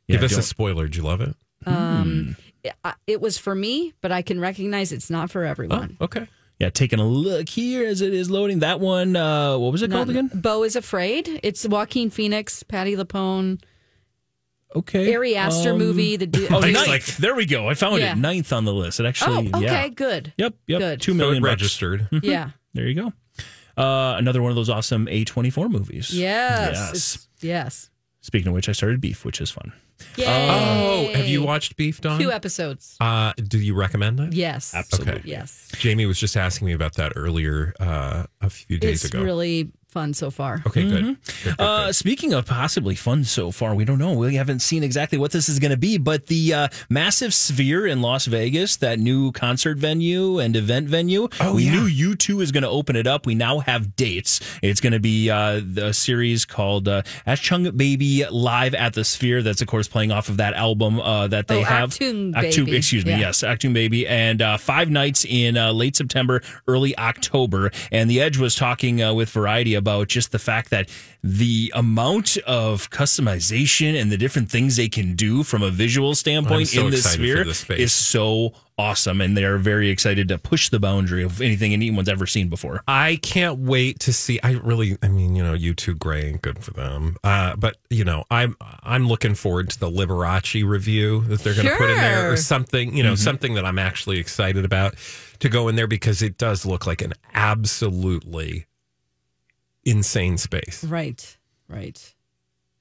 [SPEAKER 5] Yeah,
[SPEAKER 4] Give us a
[SPEAKER 5] don't-
[SPEAKER 4] spoiler. Did you love it?
[SPEAKER 3] Um, it, I- it was for me, but I can recognize it's not for everyone.
[SPEAKER 4] Oh, Okay.
[SPEAKER 5] yeah, taking a look here as it is loading that one. Uh, what was it
[SPEAKER 3] Not-
[SPEAKER 5] called again?
[SPEAKER 3] Bo is Afraid. It's Joaquin Phoenix, Patty LaPone,
[SPEAKER 5] Okay,
[SPEAKER 3] Ari Aster
[SPEAKER 5] um,
[SPEAKER 3] movie. The du-
[SPEAKER 5] Oh,
[SPEAKER 3] dude-
[SPEAKER 5] ninth.
[SPEAKER 4] like-
[SPEAKER 5] there we go. I found
[SPEAKER 3] Yeah.
[SPEAKER 5] it ninth on the list. It
[SPEAKER 3] Oh,
[SPEAKER 5] actually.
[SPEAKER 3] okay,
[SPEAKER 5] Yeah.
[SPEAKER 3] good.
[SPEAKER 5] Yep. Yep.
[SPEAKER 3] Good.
[SPEAKER 5] Two
[SPEAKER 4] So
[SPEAKER 5] million
[SPEAKER 4] it
[SPEAKER 5] bucks.
[SPEAKER 4] registered.
[SPEAKER 3] Yeah.
[SPEAKER 5] There you go. Uh, another one of those awesome A twenty four movies.
[SPEAKER 3] Yes.
[SPEAKER 5] Yes.
[SPEAKER 3] It's- Yes.
[SPEAKER 5] Speaking of which, I started Beef, which is fun.
[SPEAKER 3] Yay.
[SPEAKER 4] Oh, have you watched Beef Don?
[SPEAKER 3] Two episodes.
[SPEAKER 4] Uh, do you recommend it?
[SPEAKER 3] Yes.
[SPEAKER 4] Absolutely.
[SPEAKER 3] Yes.
[SPEAKER 4] Jamie was just asking me about that earlier uh, a few days
[SPEAKER 3] It's
[SPEAKER 4] ago.
[SPEAKER 3] really Mm-hmm. fun so far.
[SPEAKER 4] okay, good. Good, good,
[SPEAKER 5] Uh, speaking of possibly fun so far, we don't know. We haven't seen exactly what this is going to be, but the uh, massive sphere in Las Vegas, that new concert venue and event venue,
[SPEAKER 4] Oh,
[SPEAKER 5] we
[SPEAKER 4] yeah.
[SPEAKER 5] knew U2 is going to open it up. We now have dates. It's going to be uh, a series called uh, As Chung Baby Live at the Sphere. That's, of course, playing off of that album uh, that they
[SPEAKER 3] Oh,
[SPEAKER 5] have.
[SPEAKER 3] Achtung
[SPEAKER 5] Achtung-
[SPEAKER 3] Baby.
[SPEAKER 5] Excuse me.
[SPEAKER 3] Yeah.
[SPEAKER 5] Yes, Actoon Baby. And uh, five nights in uh, late September, early October. And The Edge was talking uh, with Variety about just the fact that the amount of customization and the different things they can do from a visual standpoint
[SPEAKER 4] so
[SPEAKER 5] in this
[SPEAKER 4] excited for
[SPEAKER 5] sphere
[SPEAKER 4] this space.
[SPEAKER 5] is so awesome. And they're very excited to push the boundary of anything anyone's ever seen before.
[SPEAKER 4] I can't wait to see. I really, I mean, you know, you two gray ain't good for them. Uh, but you know, I'm I'm looking forward to the Liberace review that they're going to put in there, or
[SPEAKER 3] Sure.
[SPEAKER 4] something. You know,
[SPEAKER 5] Mm-hmm.
[SPEAKER 4] something that I'm actually excited about to go in there because it does look like an absolutely insane space.
[SPEAKER 3] Right. Right.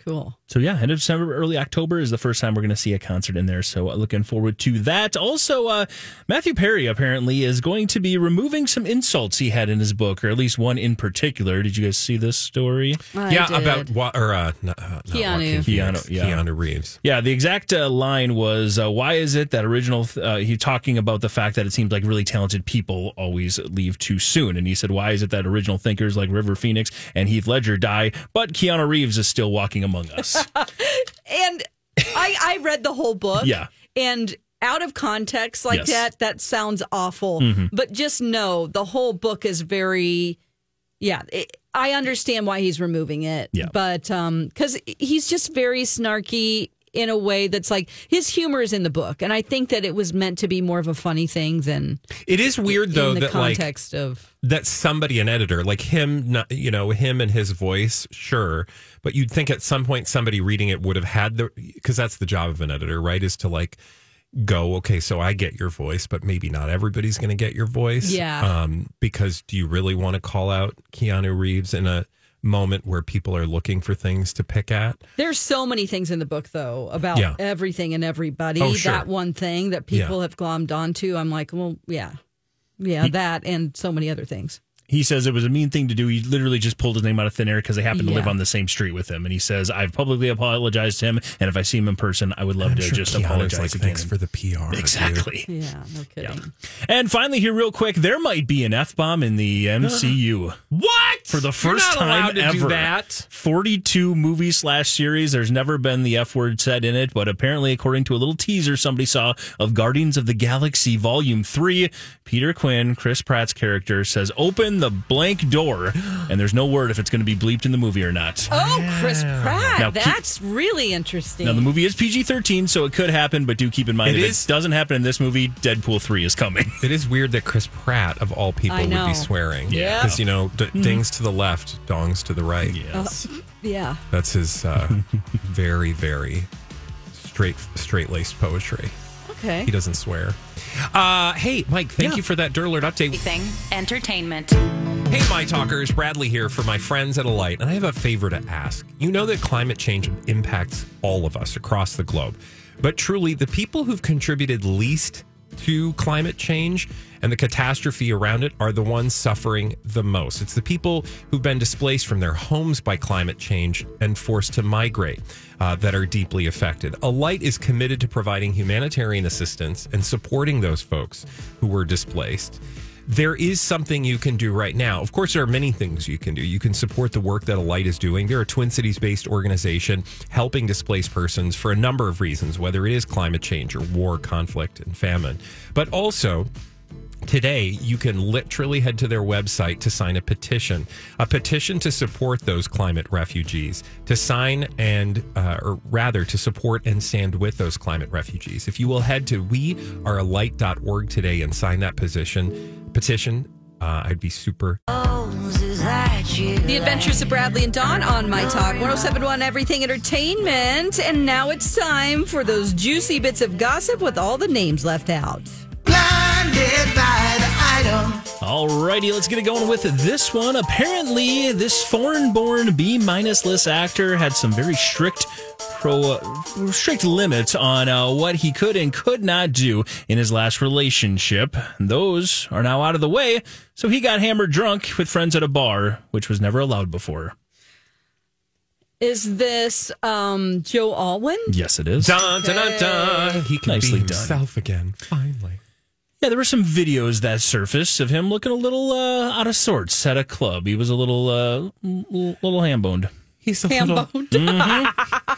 [SPEAKER 3] Cool.
[SPEAKER 5] So yeah, end of December, early October is the first time we're going to see a concert in there. So uh, looking forward to that. Also, uh, Matthew Perry apparently is going to be removing some insults he had in his book, or at least one in particular. Did you guys see this story?
[SPEAKER 3] I
[SPEAKER 4] yeah,
[SPEAKER 3] did.
[SPEAKER 4] about what or uh, no, uh, not
[SPEAKER 3] Keanu.
[SPEAKER 4] Joaquin Phoenix,
[SPEAKER 5] Keanu, yeah.
[SPEAKER 4] Keanu Reeves.
[SPEAKER 5] Yeah, the exact uh, line was, uh, "Why is it that original?" Uh, he talking about the fact that it seems like really talented people always leave too soon, and he said, "Why is it that original thinkers like River Phoenix and Heath Ledger die, but Keanu Reeves is still walking among us?"
[SPEAKER 3] And I, I read the whole book.
[SPEAKER 5] Yeah.
[SPEAKER 3] And out of context like
[SPEAKER 5] Yes.
[SPEAKER 3] that, that sounds awful.
[SPEAKER 4] Mm-hmm.
[SPEAKER 3] But just know the whole book is very, yeah. It, I understand why he's removing it.
[SPEAKER 5] Yeah.
[SPEAKER 3] But um, because he's just very snarky in a way that's like his humor is in the book, and I think that it was meant to be more of a funny thing than
[SPEAKER 4] It is weird though
[SPEAKER 3] in the
[SPEAKER 4] that like
[SPEAKER 3] context of
[SPEAKER 4] that somebody an editor like him not- you know him and his voice sure but you'd think at some point somebody reading it would have had the because that's the job of an editor right is to like go okay so i get your voice but maybe not everybody's going to get your voice
[SPEAKER 3] Yeah.
[SPEAKER 4] um because do you really want to call out keanu reeves in a moment where people are looking for things to pick at
[SPEAKER 3] There's so many things in the book, though, about
[SPEAKER 4] Yeah.
[SPEAKER 3] everything and everybody.
[SPEAKER 4] Oh, sure.
[SPEAKER 3] That one thing that people
[SPEAKER 4] Yeah.
[SPEAKER 3] have glommed onto. I'm like, well, yeah, yeah, that and so many other things.
[SPEAKER 5] he says it was a mean thing to do. He literally just pulled his name out of thin air because they happened to
[SPEAKER 3] Yeah.
[SPEAKER 5] live on the same street with him. And he says, I've publicly apologized to him. And if I see him in person, I would love to
[SPEAKER 4] Sure,
[SPEAKER 5] just
[SPEAKER 4] Keanu's
[SPEAKER 5] apologize
[SPEAKER 4] like,
[SPEAKER 5] again.
[SPEAKER 4] thanks for the pr dude."
[SPEAKER 5] Exactly.
[SPEAKER 3] Yeah, no kidding.
[SPEAKER 5] And finally, here, real quick, there might be an F bomb in the MCU.
[SPEAKER 4] what
[SPEAKER 5] For the first
[SPEAKER 4] You're
[SPEAKER 5] time
[SPEAKER 4] not allowed to
[SPEAKER 5] ever.
[SPEAKER 4] do that
[SPEAKER 5] 42 movie slash series. There's never been the F word said in it, but apparently, according to a little teaser somebody saw of Guardians of the Galaxy Volume 3, Peter Quinn, Chris Pratt's character, says, Open the blank door. And there's no word if it's going to be bleeped in the movie or not.
[SPEAKER 3] Oh, Chris Pratt.
[SPEAKER 5] Now, keep-
[SPEAKER 3] that's really interesting.
[SPEAKER 5] Now, the movie is PG 13, so it could happen, but do keep in mind
[SPEAKER 4] It
[SPEAKER 5] if
[SPEAKER 4] is-
[SPEAKER 5] it doesn't happen in this movie, Deadpool 3 is coming.
[SPEAKER 4] It is weird that Chris Pratt, of all people,
[SPEAKER 3] I
[SPEAKER 4] would be
[SPEAKER 3] know.
[SPEAKER 4] swearing.
[SPEAKER 3] Yeah. Mm-hmm.
[SPEAKER 4] Because, you know, d- dings to the left, dongs to the right.
[SPEAKER 3] Oh.
[SPEAKER 5] Yes.
[SPEAKER 3] yeah,
[SPEAKER 4] That's his uh, very, very straight straight laced poetry.
[SPEAKER 3] okay.
[SPEAKER 4] He doesn't swear. Uh, hey, Mike, thank you for that Durlert update.
[SPEAKER 10] Thing. Entertainment.
[SPEAKER 4] Hey, my talkers, Bradley here for my friends at Alight, and I have a favor to ask. You know that climate change impacts all of us across the globe, but truly, the people who've contributed least to climate change and the catastrophe around it are the ones suffering the most. It's the people who've been displaced from their homes by climate change and forced to migrate uh, that are deeply affected. Alight is committed to providing humanitarian assistance and supporting those folks who were displaced there is something you can do right now. Of course, there are many things you can do. You can support the work that Alight is doing. They're a Twin Cities based organization helping displaced persons for a number of reasons, whether it is climate change or war, conflict, and famine. But also, Today, you can literally head to their website to sign a petition, a petition to support those climate refugees, to sign and, uh, or rather, to support and stand with those climate refugees. If you will head to wearealight.org today and sign that position, petition, uh, I'd be super.
[SPEAKER 3] The Adventures of Bradley and Dawn on My Talk 1071 Everything Entertainment. And now it's time for those juicy bits of gossip with all the names left out.
[SPEAKER 1] Blinded by the item.
[SPEAKER 5] Alrighty, let's get it going with this one. Apparently, this foreign born B minus list actor had some very strict pro, strict limits on uh, what he could and could not do in his last relationship. Those are now out of the way, so he got hammered drunk with friends at a bar, which was never allowed before.
[SPEAKER 3] Is this um, Joe Alwyn?
[SPEAKER 5] Yes, it is.
[SPEAKER 4] Dun, dun, dun, dun. He can
[SPEAKER 5] Nicely
[SPEAKER 4] be
[SPEAKER 5] done.
[SPEAKER 4] himself again. Finally.
[SPEAKER 5] Yeah, there were some videos that surfaced of him looking a little uh, out of sorts at a club. He was a little, uh, l- little ham boned.
[SPEAKER 4] He's a little.
[SPEAKER 3] Hambone.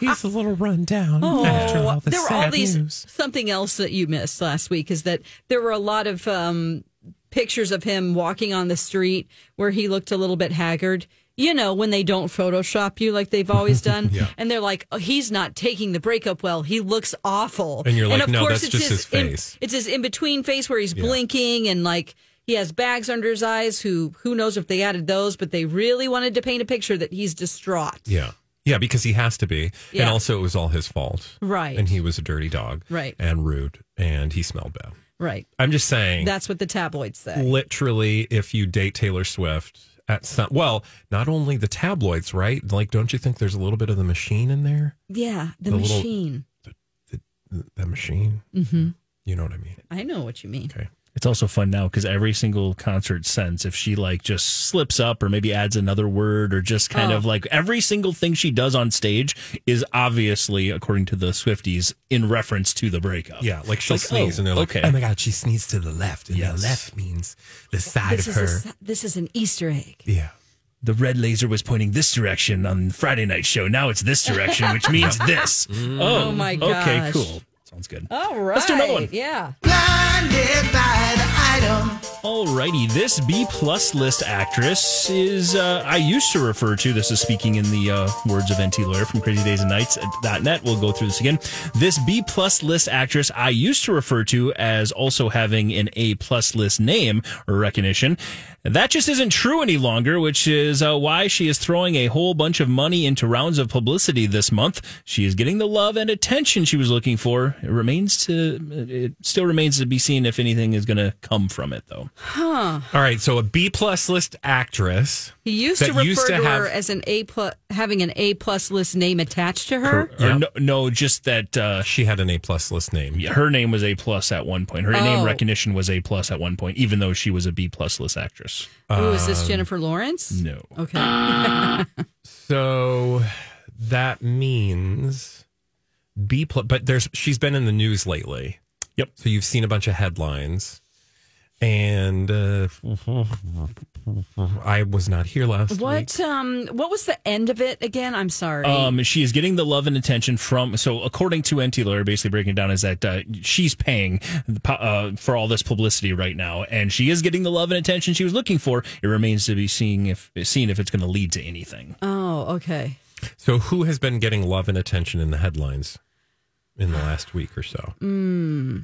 [SPEAKER 4] He's a little run down after all
[SPEAKER 3] Mm-hmm. Oh,
[SPEAKER 4] the
[SPEAKER 3] there were
[SPEAKER 4] sad
[SPEAKER 3] all these.
[SPEAKER 4] news.
[SPEAKER 3] Something else that you missed last week is that there were a lot of um, pictures of him walking on the street where he looked a little bit haggard. You know, when they don't Photoshop you like they've always done. And they're like, oh, he's not taking the breakup well. He looks awful.
[SPEAKER 4] And you're like,
[SPEAKER 3] of
[SPEAKER 4] no,
[SPEAKER 3] course
[SPEAKER 4] that's
[SPEAKER 3] it's
[SPEAKER 4] just
[SPEAKER 3] his,
[SPEAKER 4] his
[SPEAKER 3] in-
[SPEAKER 4] face.
[SPEAKER 3] it's his in between face where he's blinking and like he has bags under his eyes. Who who knows if they added those, but they really wanted to paint a picture that he's distraught.
[SPEAKER 4] Yeah. Yeah, because he has to be. And
[SPEAKER 3] Yeah.
[SPEAKER 4] also, it was all his fault.
[SPEAKER 3] Right.
[SPEAKER 4] And he was a dirty dog.
[SPEAKER 3] Right.
[SPEAKER 4] And rude. And he smelled bad.
[SPEAKER 3] Right.
[SPEAKER 4] I'm just saying.
[SPEAKER 3] That's what the tabloids say.
[SPEAKER 4] literally if you date Taylor Swift at some well, not only the tabloids, right? Like, don't you think there's a little bit of the machine in there?
[SPEAKER 3] Yeah, the,
[SPEAKER 4] The little-
[SPEAKER 3] machine.
[SPEAKER 4] That machine.
[SPEAKER 3] hmm
[SPEAKER 4] You know what I mean?
[SPEAKER 3] I know what you mean.
[SPEAKER 4] Okay.
[SPEAKER 5] It's also fun now because every single concert since, if she like just slips up or maybe adds another word or just kind
[SPEAKER 3] Oh.
[SPEAKER 5] of like every single thing she does on stage is obviously, according to the Swifties, in reference to the breakup.
[SPEAKER 4] Yeah, like she'll
[SPEAKER 5] Like,
[SPEAKER 4] sneeze
[SPEAKER 5] oh,
[SPEAKER 4] and they're like,
[SPEAKER 5] okay.
[SPEAKER 4] "Oh my god, she sneezed to the left," and
[SPEAKER 5] Yes.
[SPEAKER 4] the left means the side
[SPEAKER 3] This
[SPEAKER 4] of
[SPEAKER 3] is,
[SPEAKER 4] her.
[SPEAKER 3] a s- this is an Easter egg.
[SPEAKER 4] yeah,
[SPEAKER 5] The red laser was pointing this direction on Friday night show. Now it's this direction, which means this. Oh,
[SPEAKER 3] my
[SPEAKER 5] Okay,
[SPEAKER 3] gosh.
[SPEAKER 5] cool. Sounds good.
[SPEAKER 3] All right.
[SPEAKER 5] Let's do another one.
[SPEAKER 3] Yeah.
[SPEAKER 1] Blinded by the item.
[SPEAKER 5] Alrighty, this B plus list actress is uh, I used to refer to this as speaking in the uh, words of NT Lawyer from Crazy Days and Nights dot net. We'll go through this again. This B plus list actress I used to refer to as also having an A plus list name or recognition. That just isn't true any longer, which is uh, why she is throwing a whole bunch of money into rounds of publicity this month. She is getting the love and attention she was looking for. It remains to it still remains to be seen if anything is going to come from it, though.
[SPEAKER 4] All right, so a B plus list actress.
[SPEAKER 3] He used
[SPEAKER 4] That
[SPEAKER 3] to refer
[SPEAKER 4] used to
[SPEAKER 3] to her
[SPEAKER 4] have-
[SPEAKER 3] as an A plus, having an A plus list name attached to her.
[SPEAKER 5] Or
[SPEAKER 4] Yeah.
[SPEAKER 5] no, no, just that uh,
[SPEAKER 4] She had an A plus list name.
[SPEAKER 5] her name was a plus at one point. Her name
[SPEAKER 3] Oh.
[SPEAKER 5] recognition was a plus at one point, even though she was a B plus list actress.
[SPEAKER 3] Ooh, is
[SPEAKER 4] uh,
[SPEAKER 3] this Jennifer Lawrence?
[SPEAKER 5] No,
[SPEAKER 3] Okay.
[SPEAKER 4] So that means B plus. But there's she's been in the news lately.
[SPEAKER 5] Yep.
[SPEAKER 4] So you've seen a bunch of headlines, and uh, I was not here last week.
[SPEAKER 3] what um what was the end of it again? I'm sorry.
[SPEAKER 5] um, she is getting the love and attention from. So, according to NT Lawyer, basically breaking it down is that uh, she's paying the pu- uh, for all this publicity right now, and she is getting the love and attention she was looking for. It remains to be seen if seen if it's going to lead to anything.
[SPEAKER 3] oh, okay.
[SPEAKER 4] So who has been getting love and attention in the headlines in the last week or so?
[SPEAKER 3] Hmm.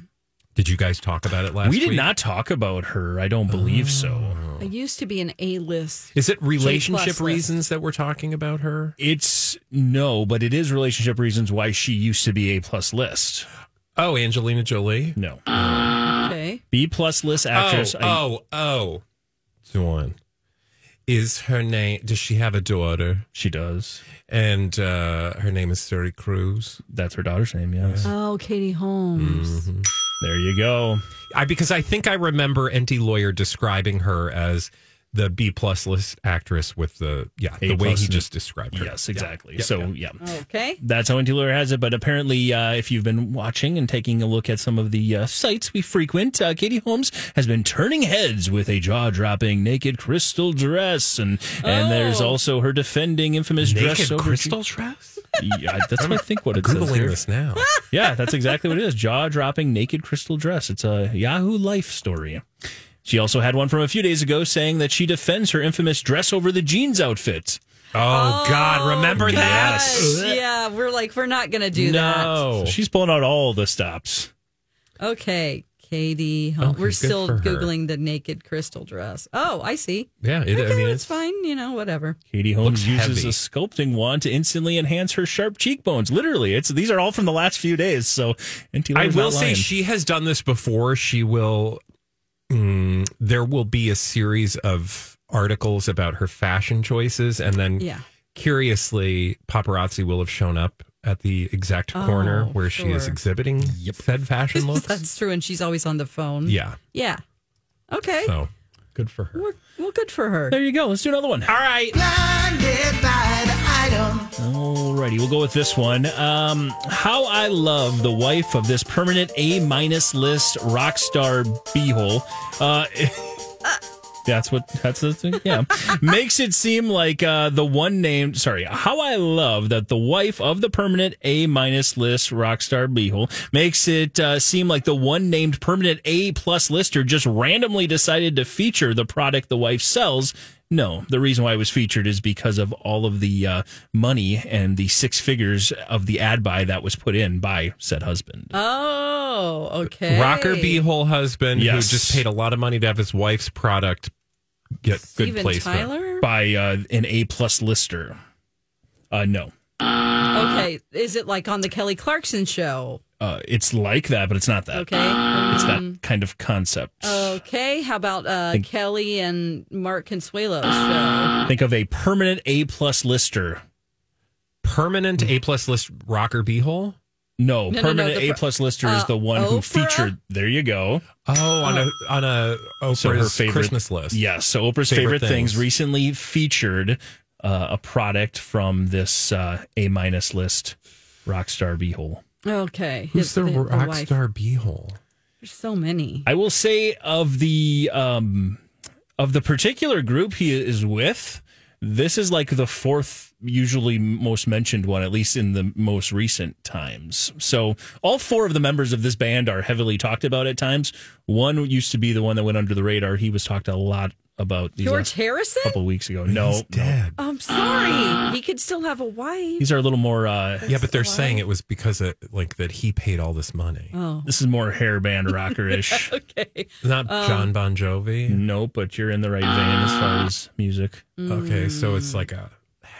[SPEAKER 4] Did you guys talk about it last?
[SPEAKER 5] we did
[SPEAKER 4] week? Oh.
[SPEAKER 5] not talk about her. I don't believe so.
[SPEAKER 3] I used to be an A list.
[SPEAKER 4] Is it relationship
[SPEAKER 3] list.
[SPEAKER 4] reasons that we're talking about her?
[SPEAKER 5] It's no, but it is relationship reasons why she used to be a plus list.
[SPEAKER 4] Oh, Angelina Jolie.
[SPEAKER 5] No.
[SPEAKER 3] Okay.
[SPEAKER 5] B plus list actress.
[SPEAKER 4] Oh,
[SPEAKER 5] I-
[SPEAKER 4] oh, oh. Dawn. Is her name? Does she have a daughter?
[SPEAKER 5] She does.
[SPEAKER 4] And uh, her name is Suri Cruz.
[SPEAKER 5] That's her daughter's name, yes.
[SPEAKER 3] Oh, Katie Holmes.
[SPEAKER 4] Mm-hmm.
[SPEAKER 5] There you go.
[SPEAKER 4] I because I think I remember NT Lawyer describing her as the B plus list actress with the yeah the way
[SPEAKER 5] A-plus
[SPEAKER 4] he
[SPEAKER 5] and-
[SPEAKER 4] just described her.
[SPEAKER 5] Yes,
[SPEAKER 4] Yeah,
[SPEAKER 5] exactly.
[SPEAKER 4] yeah,
[SPEAKER 5] so,
[SPEAKER 4] yeah.
[SPEAKER 5] yeah.
[SPEAKER 3] Okay.
[SPEAKER 5] That's how Auntie Lawyer has it. But apparently, uh, if you've been watching and taking a look at some of the uh, sites we frequent, uh, Katie Holmes has been turning heads with a jaw dropping naked crystal dress. And, and there's
[SPEAKER 4] Oh.
[SPEAKER 5] also her defending infamous dress.
[SPEAKER 4] Naked
[SPEAKER 5] over-
[SPEAKER 4] crystal dress.
[SPEAKER 5] Yeah, that's what I think what it says
[SPEAKER 4] Googling
[SPEAKER 5] here.
[SPEAKER 4] this now.
[SPEAKER 5] Yeah, that's exactly what it is. Jaw dropping naked crystal dress. It's a Yahoo Life story. She also had one from a few days ago saying that she defends her infamous dress over the jeans outfit.
[SPEAKER 4] Oh, God, remember that?
[SPEAKER 3] Gosh, yeah, we're like we're not gonna do that.
[SPEAKER 5] So
[SPEAKER 4] No.
[SPEAKER 5] she's pulling out all the stops.
[SPEAKER 3] Okay, Katie. Holmes.
[SPEAKER 4] Okay,
[SPEAKER 3] We're
[SPEAKER 4] good
[SPEAKER 3] still
[SPEAKER 4] for her.
[SPEAKER 3] googling the naked crystal dress. Oh, I see.
[SPEAKER 4] Yeah, it,
[SPEAKER 3] Okay,
[SPEAKER 4] I mean,
[SPEAKER 3] it's
[SPEAKER 4] it's
[SPEAKER 3] fine. You know, whatever.
[SPEAKER 5] Katie Holmes
[SPEAKER 4] Looks
[SPEAKER 5] uses
[SPEAKER 4] heavy.
[SPEAKER 5] a sculpting wand to instantly enhance her sharp cheekbones. Literally, it's these are all from the last few days. So NT
[SPEAKER 4] I
[SPEAKER 5] Laura's
[SPEAKER 4] will
[SPEAKER 5] not
[SPEAKER 4] say
[SPEAKER 5] lying.
[SPEAKER 4] she has done this before. She will. Mm, there will be a series of articles about her fashion choices, and then
[SPEAKER 3] Yeah.
[SPEAKER 4] curiously, paparazzi will have shown up at the exact corner
[SPEAKER 3] Oh,
[SPEAKER 4] where she is
[SPEAKER 3] sure.
[SPEAKER 4] exhibiting said fashion looks.
[SPEAKER 3] That's true. And she's always on the phone.
[SPEAKER 4] yeah.
[SPEAKER 3] Yeah. Okay.
[SPEAKER 4] So good for her.
[SPEAKER 3] Well, well, good for her.
[SPEAKER 5] There you go. Let's do another one.
[SPEAKER 4] All right.
[SPEAKER 1] Blinded by the item.
[SPEAKER 5] Alrighty, we'll go with this one. Um, how I love the wife of this permanent A minus list rock star beehole. Uh, that's what that's the thing. Yeah, makes it seem like uh, the one named. Sorry, how I love that the wife of the permanent A minus list rock star beehole makes it uh, seem like the one named permanent A plus lister just randomly decided to feature the product the wife sells no, the reason why it was featured is because of all of the uh, money and the six figures of the ad buy that was put in by said husband.
[SPEAKER 3] Oh, okay.
[SPEAKER 4] Rocker beehole husband
[SPEAKER 5] Yes.
[SPEAKER 4] who just paid a lot of money to have his wife's product get good
[SPEAKER 3] Steven
[SPEAKER 4] placement.
[SPEAKER 3] Tyler?
[SPEAKER 5] by uh, an A plus lister. Uh, no,
[SPEAKER 3] Okay. Is it like on the Kelly Clarkson show?
[SPEAKER 5] uh, it's like that, but it's not that.
[SPEAKER 3] Okay. Mm. Um, oh,
[SPEAKER 5] It's that kind of concept.
[SPEAKER 3] Okay. How about uh, Kelly and Mark Consuelo's show?
[SPEAKER 5] Think of a permanent A plus lister.
[SPEAKER 4] Permanent A plus list rocker beehole.
[SPEAKER 5] No,
[SPEAKER 3] no, no,
[SPEAKER 5] permanent
[SPEAKER 3] the
[SPEAKER 5] A
[SPEAKER 3] per-
[SPEAKER 5] plus lister is
[SPEAKER 3] uh,
[SPEAKER 5] the one who
[SPEAKER 3] Oprah?
[SPEAKER 5] featured. There you go.
[SPEAKER 4] Oh, on a on a Oprah's
[SPEAKER 5] so her favorite
[SPEAKER 4] Christmas list.
[SPEAKER 5] Yes, so Oprah's
[SPEAKER 4] Favorite
[SPEAKER 5] favorite, things.
[SPEAKER 4] things.
[SPEAKER 5] recently featured uh, a product from this uh, A minus list rock star beehole.
[SPEAKER 3] Okay.
[SPEAKER 4] Who's
[SPEAKER 3] his-
[SPEAKER 4] the, rock
[SPEAKER 3] wife.
[SPEAKER 4] star beehole?
[SPEAKER 3] There's so many.
[SPEAKER 5] I will say of the um, of the particular group he is with, this is like the fourth usually most mentioned one, at least in the most recent times. So all four of the members of this band are heavily talked about at times. One used to be the one that went under the radar. He was talked a lot about these
[SPEAKER 3] George
[SPEAKER 5] last
[SPEAKER 3] Harrison?
[SPEAKER 5] couple weeks ago. No,
[SPEAKER 4] He's
[SPEAKER 5] no.
[SPEAKER 4] dead.
[SPEAKER 3] I'm sorry. He could still have a wife.
[SPEAKER 5] These are a little more. Uh,
[SPEAKER 4] Yeah, but they're saying it was because of like that he paid all this money.
[SPEAKER 3] Oh,
[SPEAKER 5] This is more hair band rockerish.
[SPEAKER 3] okay.
[SPEAKER 4] Not
[SPEAKER 3] Um,
[SPEAKER 4] John Bon Jovi.
[SPEAKER 5] nope, but you're in the right vein as far as music.
[SPEAKER 4] Okay, so
[SPEAKER 3] Mm.
[SPEAKER 4] it's like a.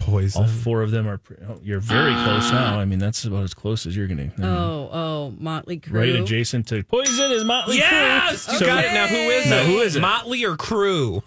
[SPEAKER 4] Poison.
[SPEAKER 5] All four of them are. Pre- oh, you're very close now. I mean, that's about as close as you're going to.
[SPEAKER 4] Hmm.
[SPEAKER 3] Oh, oh, Motley Crue.
[SPEAKER 5] Right adjacent to Poison is Motley
[SPEAKER 4] Yes,
[SPEAKER 5] Crue.
[SPEAKER 4] you
[SPEAKER 5] So-
[SPEAKER 4] got it. Now who is
[SPEAKER 5] Now
[SPEAKER 4] it?
[SPEAKER 5] who is it?
[SPEAKER 4] Motley or Crew?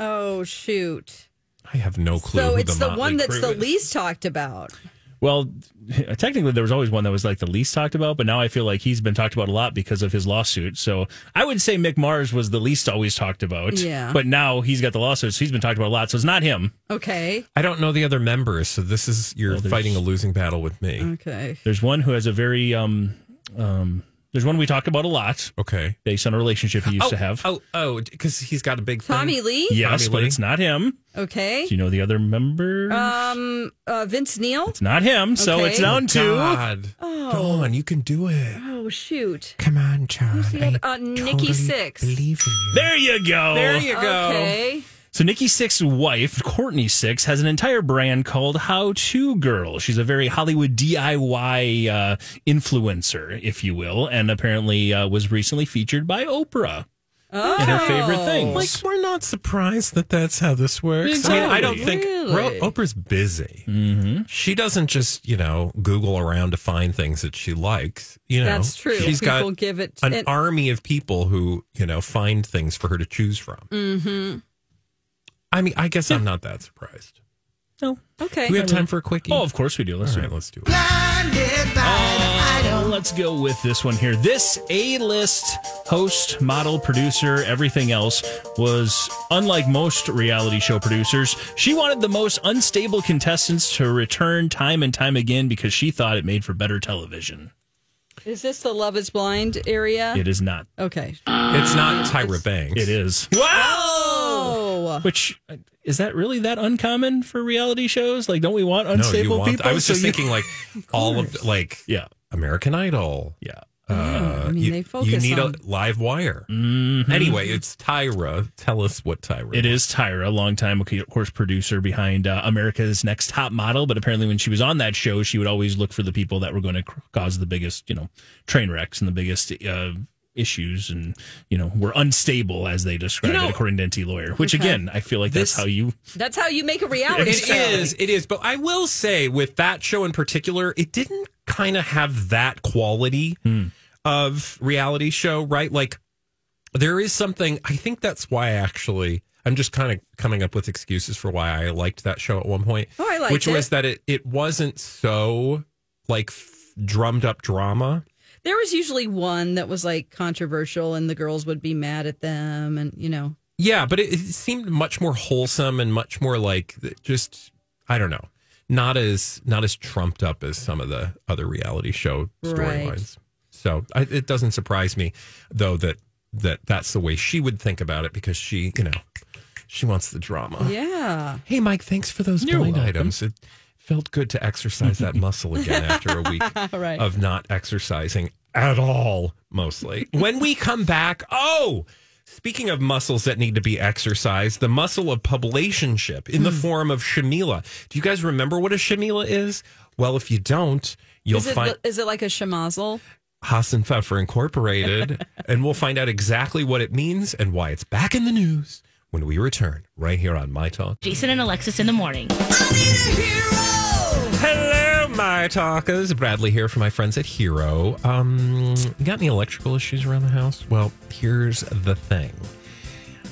[SPEAKER 3] Oh shoot!
[SPEAKER 4] I have no clue.
[SPEAKER 3] so
[SPEAKER 4] who
[SPEAKER 3] it's the,
[SPEAKER 4] Motley
[SPEAKER 3] one that's
[SPEAKER 4] Crue
[SPEAKER 3] the
[SPEAKER 4] is.
[SPEAKER 3] least talked about.
[SPEAKER 5] Well, technically, there was always one that was like the least talked about, but now I feel like he's been talked about a lot because of his lawsuit. So I would say Mick Mars was the least always talked about.
[SPEAKER 3] Yeah.
[SPEAKER 5] But now he's got the lawsuit, so he's been talked about a lot. So it's not him.
[SPEAKER 3] Okay,
[SPEAKER 4] I don't know the other members, so this is you're
[SPEAKER 5] Well, there's-
[SPEAKER 4] fighting a losing battle with me.
[SPEAKER 3] okay.
[SPEAKER 5] There's one who has a very um um. There's one we talk about a lot
[SPEAKER 4] Okay.
[SPEAKER 5] based on a relationship he used
[SPEAKER 4] oh,
[SPEAKER 5] to have.
[SPEAKER 4] Oh, oh, because he's got a big thing.
[SPEAKER 3] Tommy Lee.
[SPEAKER 5] Yes,
[SPEAKER 4] Tommy
[SPEAKER 5] but
[SPEAKER 4] Lee.
[SPEAKER 5] it's not him.
[SPEAKER 3] Okay.
[SPEAKER 5] Do you know the other member?
[SPEAKER 3] Um, uh, Vince Neil.
[SPEAKER 5] it's not him, so
[SPEAKER 3] okay.
[SPEAKER 5] it's down to
[SPEAKER 4] Oh, God. Go on, you can do it.
[SPEAKER 3] Oh shoot!
[SPEAKER 4] Come on, John.
[SPEAKER 3] Who's the other- uh, Nikki Sixx.
[SPEAKER 4] Believe in you.
[SPEAKER 5] there. You go.
[SPEAKER 4] There you go.
[SPEAKER 3] Okay.
[SPEAKER 5] So Nikki Sixx's wife, Courtney Six, has an entire brand called How To Girl. She's a very Hollywood DIY uh, influencer, if you will, and apparently uh, was recently featured by Oprah
[SPEAKER 3] Oh.
[SPEAKER 5] in her favorite
[SPEAKER 4] Like
[SPEAKER 5] things.
[SPEAKER 4] we're not surprised that that's how this works. I mean, I don't think
[SPEAKER 3] Really?
[SPEAKER 4] Ro- Oprah's busy. She doesn't just you know Google around to find things that she likes. You know,
[SPEAKER 3] That's true.
[SPEAKER 4] She's
[SPEAKER 3] People
[SPEAKER 4] got
[SPEAKER 3] give it-
[SPEAKER 4] an
[SPEAKER 3] and-
[SPEAKER 4] army of people who you know find things for her to choose from. Mm-hmm. I mean, I guess I'm not that surprised.
[SPEAKER 5] No.
[SPEAKER 3] Okay.
[SPEAKER 4] Do we have time for a quickie?
[SPEAKER 5] Oh, of course we do. Let's
[SPEAKER 4] all
[SPEAKER 5] do
[SPEAKER 4] right,
[SPEAKER 5] it.
[SPEAKER 4] let's do it.
[SPEAKER 1] Blinded by the
[SPEAKER 5] Uh,
[SPEAKER 1] item.
[SPEAKER 5] let's go with this one here. This A list host, model, producer, everything else was unlike most reality show producers. She wanted the most unstable contestants to return time and time again because she thought it made for better television.
[SPEAKER 3] Is this the Love Is Blind area?
[SPEAKER 5] It is not.
[SPEAKER 3] Okay.
[SPEAKER 4] It's not Tyra Banks.
[SPEAKER 5] It is.
[SPEAKER 3] Oh.
[SPEAKER 5] Which is that really that uncommon for reality shows? Like, don't we want
[SPEAKER 4] No, you
[SPEAKER 5] unstable
[SPEAKER 4] want.
[SPEAKER 5] people?
[SPEAKER 4] I was
[SPEAKER 5] So
[SPEAKER 4] just
[SPEAKER 5] you-
[SPEAKER 4] thinking like all of like
[SPEAKER 5] yeah,
[SPEAKER 4] American Idol.
[SPEAKER 5] yeah.
[SPEAKER 3] I mean,
[SPEAKER 4] Uh, you,
[SPEAKER 3] they
[SPEAKER 4] you
[SPEAKER 3] focus
[SPEAKER 4] need
[SPEAKER 3] on-
[SPEAKER 4] a live wire. Anyway, it's Tyra. Tell us what Tyra.
[SPEAKER 5] It is Tyra, longtime, of course, producer behind uh, America's Next Top Model. But apparently, when she was on that show, she would always look for the people that were going to cause the biggest, you know, train wrecks and the biggest uh, issues, and you know, were unstable as they described
[SPEAKER 4] You know-
[SPEAKER 5] it, according to NT Lawyer. Which again, I feel like
[SPEAKER 4] This-
[SPEAKER 5] that's how you.
[SPEAKER 3] That's how you make a reality
[SPEAKER 4] It
[SPEAKER 3] show.
[SPEAKER 4] is. It is. But I will say, with that show in particular, it didn't kind of have that quality of reality show, right? Like there is something. I think that's why actually. I'm just kind of coming up with excuses for why I liked that show at one point.
[SPEAKER 3] Oh, I liked
[SPEAKER 4] which was
[SPEAKER 3] it.
[SPEAKER 4] that it it wasn't so like f- drummed up drama.
[SPEAKER 3] There was usually one that was like controversial, and the girls would be mad at them, and you know,
[SPEAKER 4] Yeah, but it, it seemed much more wholesome and much more like th- just I don't know, not as not as trumped up as some of the other reality show
[SPEAKER 3] Right.
[SPEAKER 4] storylines. So I, it doesn't surprise me though that that that's the way she would think about it because she you know she wants the drama.
[SPEAKER 3] yeah.
[SPEAKER 4] Hey Mike, thanks for those
[SPEAKER 5] You're
[SPEAKER 4] blind
[SPEAKER 5] welcome.
[SPEAKER 4] items. It felt good to exercise that muscle again after a week
[SPEAKER 3] Right.
[SPEAKER 4] of not exercising at all, mostly. when we come back, oh, speaking of muscles that need to be exercised, the muscle of publicationship in the
[SPEAKER 3] Hmm.
[SPEAKER 4] form of shamila. Do you guys remember what a shamila is? Well, if you don't, you'll
[SPEAKER 3] Is it,
[SPEAKER 4] find
[SPEAKER 3] is it like a schmozzle?
[SPEAKER 4] Hassan Pfeffer Incorporated, and we'll find out exactly what it means and why it's back in the news when we return right here on My Talk.
[SPEAKER 10] Jason and Alexis in the morning.
[SPEAKER 4] Hello, my talkers. Bradley here for my friends at Hero. Um, you got any electrical issues around the house? Well, here's the thing.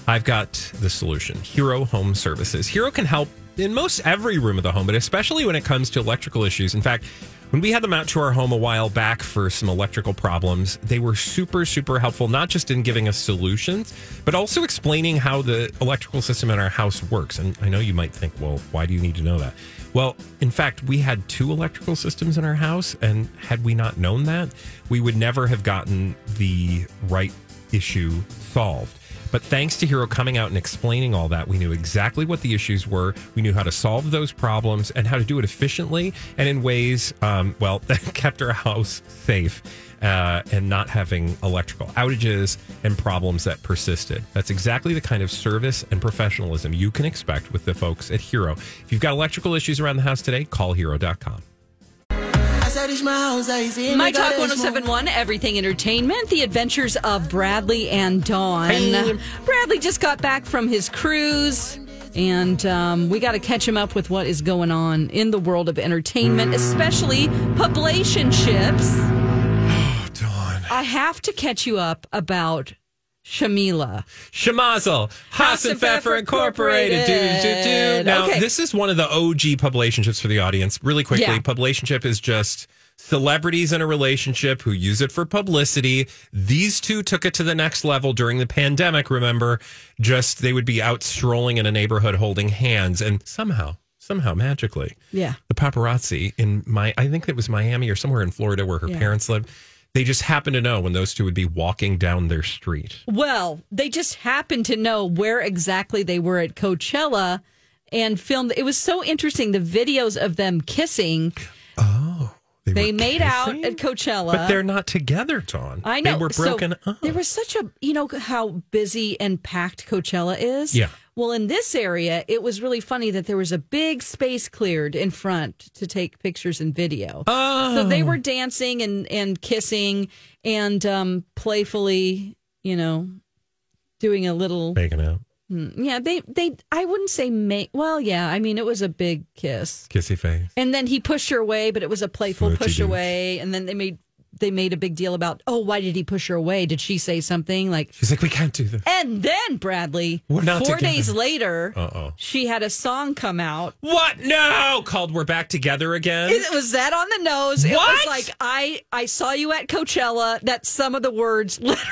[SPEAKER 4] I've got the solution. Hero Home Services. Hero can help in most every room of the home, but especially when it comes to electrical issues. In fact, when we had them out to our home a while back for some electrical problems, they were super, super helpful, not just in giving us solutions, but also explaining how the electrical system in our house works. And I know you might think, well, why do you need to know that? Well, in fact, we had two electrical systems in our house, and had we not known that, we would never have gotten the right issue solved. But thanks to Hero coming out and explaining all that, we knew exactly what the issues were. We knew how to solve those problems and how to do it efficiently and in ways, um, well, that kept our house safe uh, and not having electrical outages and problems that persisted. That's exactly the kind of service and professionalism you can expect with the folks at Hero. If you've got electrical issues around the house today, call hero.com.
[SPEAKER 3] My Talk 1071, Everything Entertainment, The Adventures of Bradley and Dawn. Bradley just got back from his cruise, and um, we got to catch him up with what is going on in the world of entertainment, especially publicationships. Oh, Dawn. I have to catch you up about Shamila.
[SPEAKER 4] Shemazel, Haas and Pfeffer Incorporated. Do, do, do, do. Now,
[SPEAKER 3] Okay.
[SPEAKER 4] this is one of the OG publicationships for the audience. Really quickly,
[SPEAKER 3] Yeah.
[SPEAKER 4] publicationship is just celebrities in a relationship who use it for publicity. These two took it to the next level during the pandemic, remember? Just they would be out strolling in a neighborhood holding hands, and somehow, somehow magically,
[SPEAKER 3] Yeah.
[SPEAKER 4] the paparazzi in my I think it was Miami or somewhere in Florida where her parents live. They just happened to know when those two would be walking down their street.
[SPEAKER 3] Well, they just happened to know where exactly they were at Coachella and filmed. It was so interesting the videos of them kissing. They
[SPEAKER 4] were
[SPEAKER 3] made out
[SPEAKER 4] kissing?
[SPEAKER 3] at Coachella.
[SPEAKER 4] But they're not together, Dawn.
[SPEAKER 3] I know.
[SPEAKER 4] They were
[SPEAKER 3] So,
[SPEAKER 4] broken up.
[SPEAKER 3] There was such a, you know, how busy and packed Coachella is.
[SPEAKER 4] Yeah.
[SPEAKER 3] Well, in this area, it was really funny that there was a big space cleared in front to take pictures and video. Oh. So they were dancing and, and kissing and um, playfully, you know, doing a little.
[SPEAKER 4] Making out.
[SPEAKER 3] Yeah, they, they, I wouldn't say make. Well, yeah, I mean, it was a big kiss.
[SPEAKER 4] Kissy face.
[SPEAKER 3] And then he pushed her away, but it was a playful
[SPEAKER 4] Flirty
[SPEAKER 3] push
[SPEAKER 4] dance.
[SPEAKER 3] away. And then they made they made a big deal about, oh, why did he push her away? Did she say something like?
[SPEAKER 4] She's like, we can't do this.
[SPEAKER 3] And then Bradley,
[SPEAKER 4] We're not
[SPEAKER 3] four
[SPEAKER 4] together.
[SPEAKER 3] days later,
[SPEAKER 4] Uh-oh.
[SPEAKER 3] she had a song come out.
[SPEAKER 4] What? No! Called We're Back Together Again.
[SPEAKER 3] It was that on the nose. It was
[SPEAKER 4] What?
[SPEAKER 3] like I I saw you at Coachella. That's some of the words literally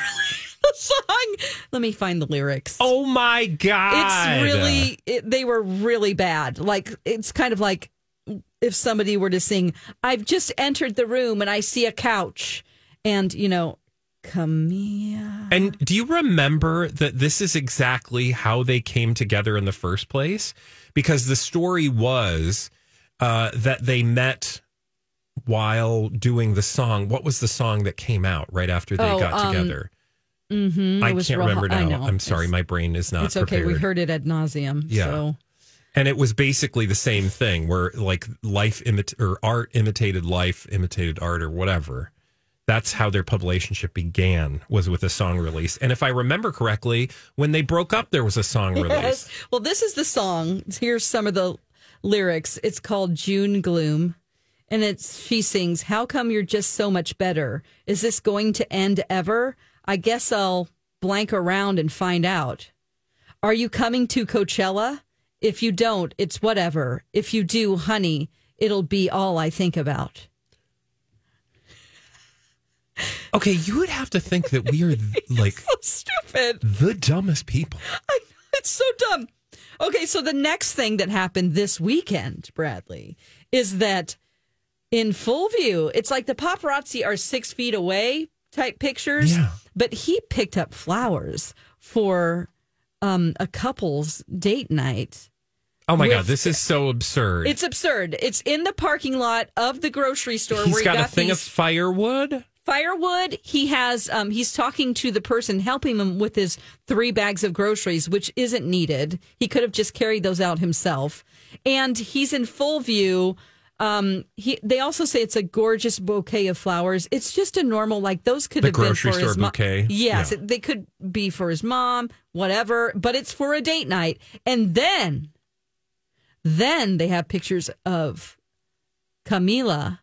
[SPEAKER 3] the song. Let me find the lyrics.
[SPEAKER 4] oh my God.
[SPEAKER 3] It's really, it, they were really bad. Like, it's kind of like if somebody were to sing, I've just entered the room and I see a couch. And, you know, Camilla.
[SPEAKER 4] And do you remember that this is exactly how they came together in the first place? Because the story was uh, that they met while doing the song. What was the song that came out right after they
[SPEAKER 3] Oh,
[SPEAKER 4] got
[SPEAKER 3] um,
[SPEAKER 4] together?
[SPEAKER 3] Mm-hmm.
[SPEAKER 4] I can't remember now.
[SPEAKER 3] I
[SPEAKER 4] I
[SPEAKER 3] know.
[SPEAKER 4] am sorry, my brain is not
[SPEAKER 3] It's okay.
[SPEAKER 4] prepared.
[SPEAKER 3] We heard it ad nauseum.
[SPEAKER 4] Yeah.
[SPEAKER 3] So.
[SPEAKER 4] and it was basically the same thing where like life imit or art imitated life, imitated art or whatever. That's how their pub relationship began was with a song release. And if I remember correctly, when they broke up there was a song release.
[SPEAKER 3] Yes. Well, this is the song. Here's some of the lyrics. It's called June Gloom. And it's she sings, How come you're just so much better? Is this going to end ever? I guess I'll blank around and find out. Are you coming to Coachella? If you don't, it's whatever. If you do, honey, it'll be all I think about.
[SPEAKER 4] Okay, you would have to think that we are like
[SPEAKER 3] Stupid.
[SPEAKER 4] the dumbest people.
[SPEAKER 3] It's so dumb. Okay, so the next thing that happened this weekend, Bradley, is that in full view, it's like the paparazzi are six feet away type pictures.
[SPEAKER 4] Yeah.
[SPEAKER 3] But he picked up flowers for um, a couple's date night.
[SPEAKER 4] Oh my
[SPEAKER 3] With-
[SPEAKER 4] god, this is so absurd.
[SPEAKER 3] It's absurd. It's in the parking lot of the grocery store where
[SPEAKER 4] He's
[SPEAKER 3] he
[SPEAKER 4] got,
[SPEAKER 3] got,
[SPEAKER 4] a thing
[SPEAKER 3] these
[SPEAKER 4] of firewood.
[SPEAKER 3] firewood he has um he's talking to the person helping him with his three bags of groceries which isn't needed he could have just carried those out himself and he's in full view um he they also say it's a gorgeous bouquet of flowers it's just a normal like those could
[SPEAKER 4] The
[SPEAKER 3] have been
[SPEAKER 4] grocery
[SPEAKER 3] for his
[SPEAKER 4] store
[SPEAKER 3] mo-
[SPEAKER 4] bouquet.
[SPEAKER 3] yes
[SPEAKER 4] Yeah.
[SPEAKER 3] it- they could be for his mom whatever but it's for a date night and then then they have pictures of camila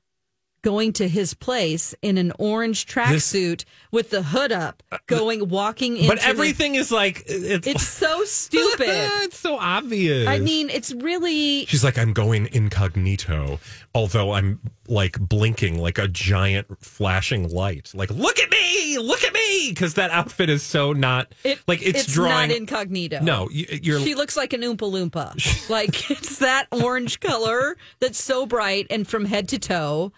[SPEAKER 3] going to his place in an orange tracksuit with the hood up, going walking into.
[SPEAKER 4] Uh, But
[SPEAKER 3] the-
[SPEAKER 4] everything is like it's,
[SPEAKER 3] it's so stupid.
[SPEAKER 4] it's so obvious.
[SPEAKER 3] I mean, it's really
[SPEAKER 4] She's like, I'm going incognito, although I'm like blinking like a giant flashing light. Like, look at me, look at me, because that outfit is so not
[SPEAKER 3] it,
[SPEAKER 4] like it's, drawing.
[SPEAKER 3] not incognito.
[SPEAKER 4] no, you, you're
[SPEAKER 3] She looks like an Oompa Loompa. like it's that orange color that's so bright and from head to toe.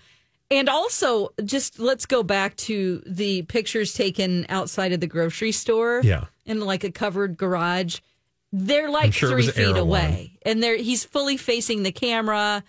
[SPEAKER 3] And also, just let's go back to the pictures taken outside of the grocery store.
[SPEAKER 4] Yeah.
[SPEAKER 3] In like a covered garage. They're like
[SPEAKER 4] sure it
[SPEAKER 3] three
[SPEAKER 4] was
[SPEAKER 3] feet
[SPEAKER 4] Erewhon.
[SPEAKER 3] away. And they're he's fully facing the camera.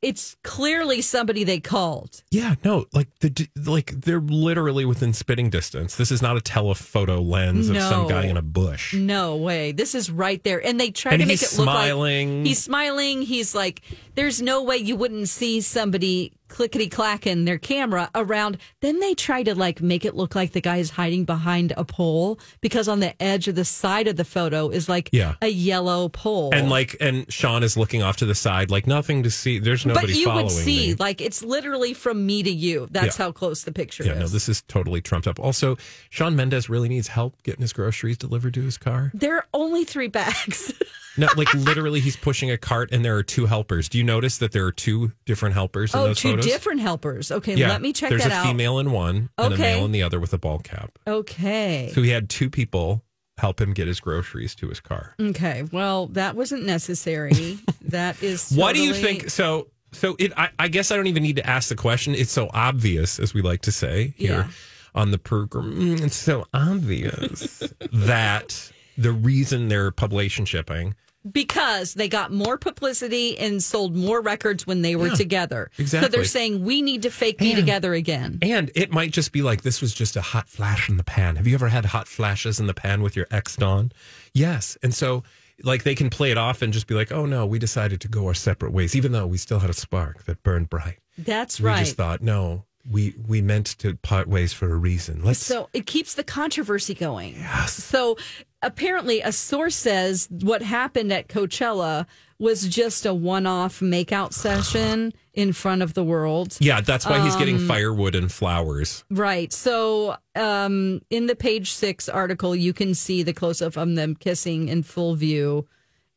[SPEAKER 3] It's clearly somebody they called.
[SPEAKER 4] yeah, no, like the d- like they're literally within spitting distance. This is not a telephoto lens of some
[SPEAKER 3] No.
[SPEAKER 4] guy in a bush.
[SPEAKER 3] No way. This is right there. And they try
[SPEAKER 4] And
[SPEAKER 3] to make
[SPEAKER 4] he's
[SPEAKER 3] it look
[SPEAKER 4] smiling.
[SPEAKER 3] like he's smiling. He's like, there's no way you wouldn't see somebody clickety clacking their camera around. Then they try to like make it look like the guy is hiding behind a pole because on the edge of the side of the photo is like
[SPEAKER 4] Yeah.
[SPEAKER 3] a yellow pole.
[SPEAKER 4] And like, and Sean is looking off to the side, like nothing to see. There's
[SPEAKER 3] but
[SPEAKER 4] nobody
[SPEAKER 3] you
[SPEAKER 4] following
[SPEAKER 3] would see,
[SPEAKER 4] me.
[SPEAKER 3] like, it's literally from me to you. That's
[SPEAKER 4] Yeah.
[SPEAKER 3] how close the picture
[SPEAKER 4] Yeah,
[SPEAKER 3] is.
[SPEAKER 4] no, this is totally trumped up. Also, Sean Mendez really needs help getting his groceries delivered to his car.
[SPEAKER 3] there are only three bags.
[SPEAKER 4] No, like literally, he's pushing a cart, and there are two helpers. Do you notice that there are two different helpers in
[SPEAKER 3] oh,
[SPEAKER 4] those
[SPEAKER 3] two
[SPEAKER 4] photos?
[SPEAKER 3] different helpers. Okay,
[SPEAKER 4] Yeah,
[SPEAKER 3] let me check
[SPEAKER 4] There's
[SPEAKER 3] that
[SPEAKER 4] a
[SPEAKER 3] out.
[SPEAKER 4] female in one and a
[SPEAKER 3] Okay.
[SPEAKER 4] male in the other with a ball cap.
[SPEAKER 3] Okay.
[SPEAKER 4] So he had two people help him get his groceries to his car.
[SPEAKER 3] Okay. Well, that wasn't necessary. that is. Totally...
[SPEAKER 4] What do you think? So, so it. I, I guess I don't even need to ask the question. It's so obvious, as we like to say here
[SPEAKER 3] Yeah.
[SPEAKER 4] on the program. Mm, It's so obvious that the reason they're pub shipping.
[SPEAKER 3] Because they got more publicity and sold more records when they were
[SPEAKER 4] Yeah,
[SPEAKER 3] together. So
[SPEAKER 4] exactly.
[SPEAKER 3] they're saying we need to fake be
[SPEAKER 4] And-
[SPEAKER 3] together again.
[SPEAKER 4] And it might just be like this was just a hot flash in the pan. Have you ever had hot flashes in the pan with your ex Don? Yes. And so like they can play it off and just be like, "Oh no, we decided to go our separate ways even though we still had a spark that burned bright."
[SPEAKER 3] That's
[SPEAKER 4] we
[SPEAKER 3] right.
[SPEAKER 4] just thought, "No, we we meant to part ways for a reason." Let's
[SPEAKER 3] So it keeps the controversy going. So apparently, a source says what happened at Coachella was just a one-off makeout session in front of the world.
[SPEAKER 4] Yeah, that's why he's
[SPEAKER 3] um,
[SPEAKER 4] getting firewood and flowers.
[SPEAKER 3] Right. So, um, in the page six article, you can see the close up of them kissing in full view.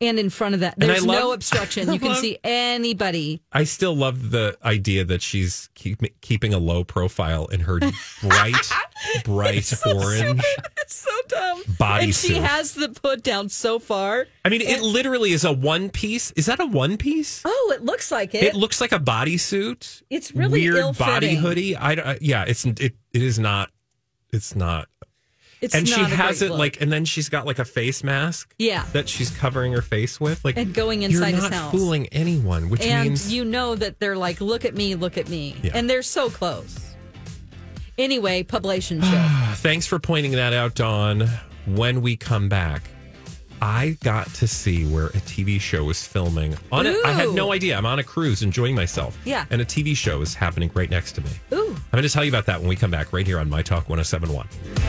[SPEAKER 3] And in front of that,
[SPEAKER 4] And I
[SPEAKER 3] there's no
[SPEAKER 4] love-
[SPEAKER 3] obstruction. You can
[SPEAKER 4] love-
[SPEAKER 3] see anybody.
[SPEAKER 4] I still love the idea that she's keep, keeping a low profile in her bright bright orange.
[SPEAKER 3] It's so dumb.
[SPEAKER 4] Body
[SPEAKER 3] and she
[SPEAKER 4] suit.
[SPEAKER 3] has the put down so far.
[SPEAKER 4] I mean, it literally is a one piece. Is that a one piece?
[SPEAKER 3] Oh, it looks like it.
[SPEAKER 4] It looks like a bodysuit.
[SPEAKER 3] It's really
[SPEAKER 4] weird
[SPEAKER 3] ill-fitting.
[SPEAKER 4] uh, body hoodie. I, don't- yeah, it's it it is not. It's not.
[SPEAKER 3] It's
[SPEAKER 4] and she
[SPEAKER 3] not a
[SPEAKER 4] has
[SPEAKER 3] great
[SPEAKER 4] it
[SPEAKER 3] look.
[SPEAKER 4] like, and then she's got like a face mask.
[SPEAKER 3] Yeah.
[SPEAKER 4] That she's covering her face with. Like,
[SPEAKER 3] And going
[SPEAKER 4] you're
[SPEAKER 3] inside his
[SPEAKER 4] not
[SPEAKER 3] house.
[SPEAKER 4] fooling anyone, which
[SPEAKER 3] and
[SPEAKER 4] means
[SPEAKER 3] you know that they're like, look at me, look at me.
[SPEAKER 4] Yeah.
[SPEAKER 3] And they're so close. Anyway, publication show.
[SPEAKER 4] thanks for pointing that out, Dawn. When we come back, I got to see where a TV show was filming. On it, I had
[SPEAKER 3] Ooh.
[SPEAKER 4] no idea. I'm on a cruise enjoying myself.
[SPEAKER 3] Yeah.
[SPEAKER 4] And a TV show is happening right next to me.
[SPEAKER 3] Ooh.
[SPEAKER 4] I'm going to tell you about that when we come back right here on My Talk 1071.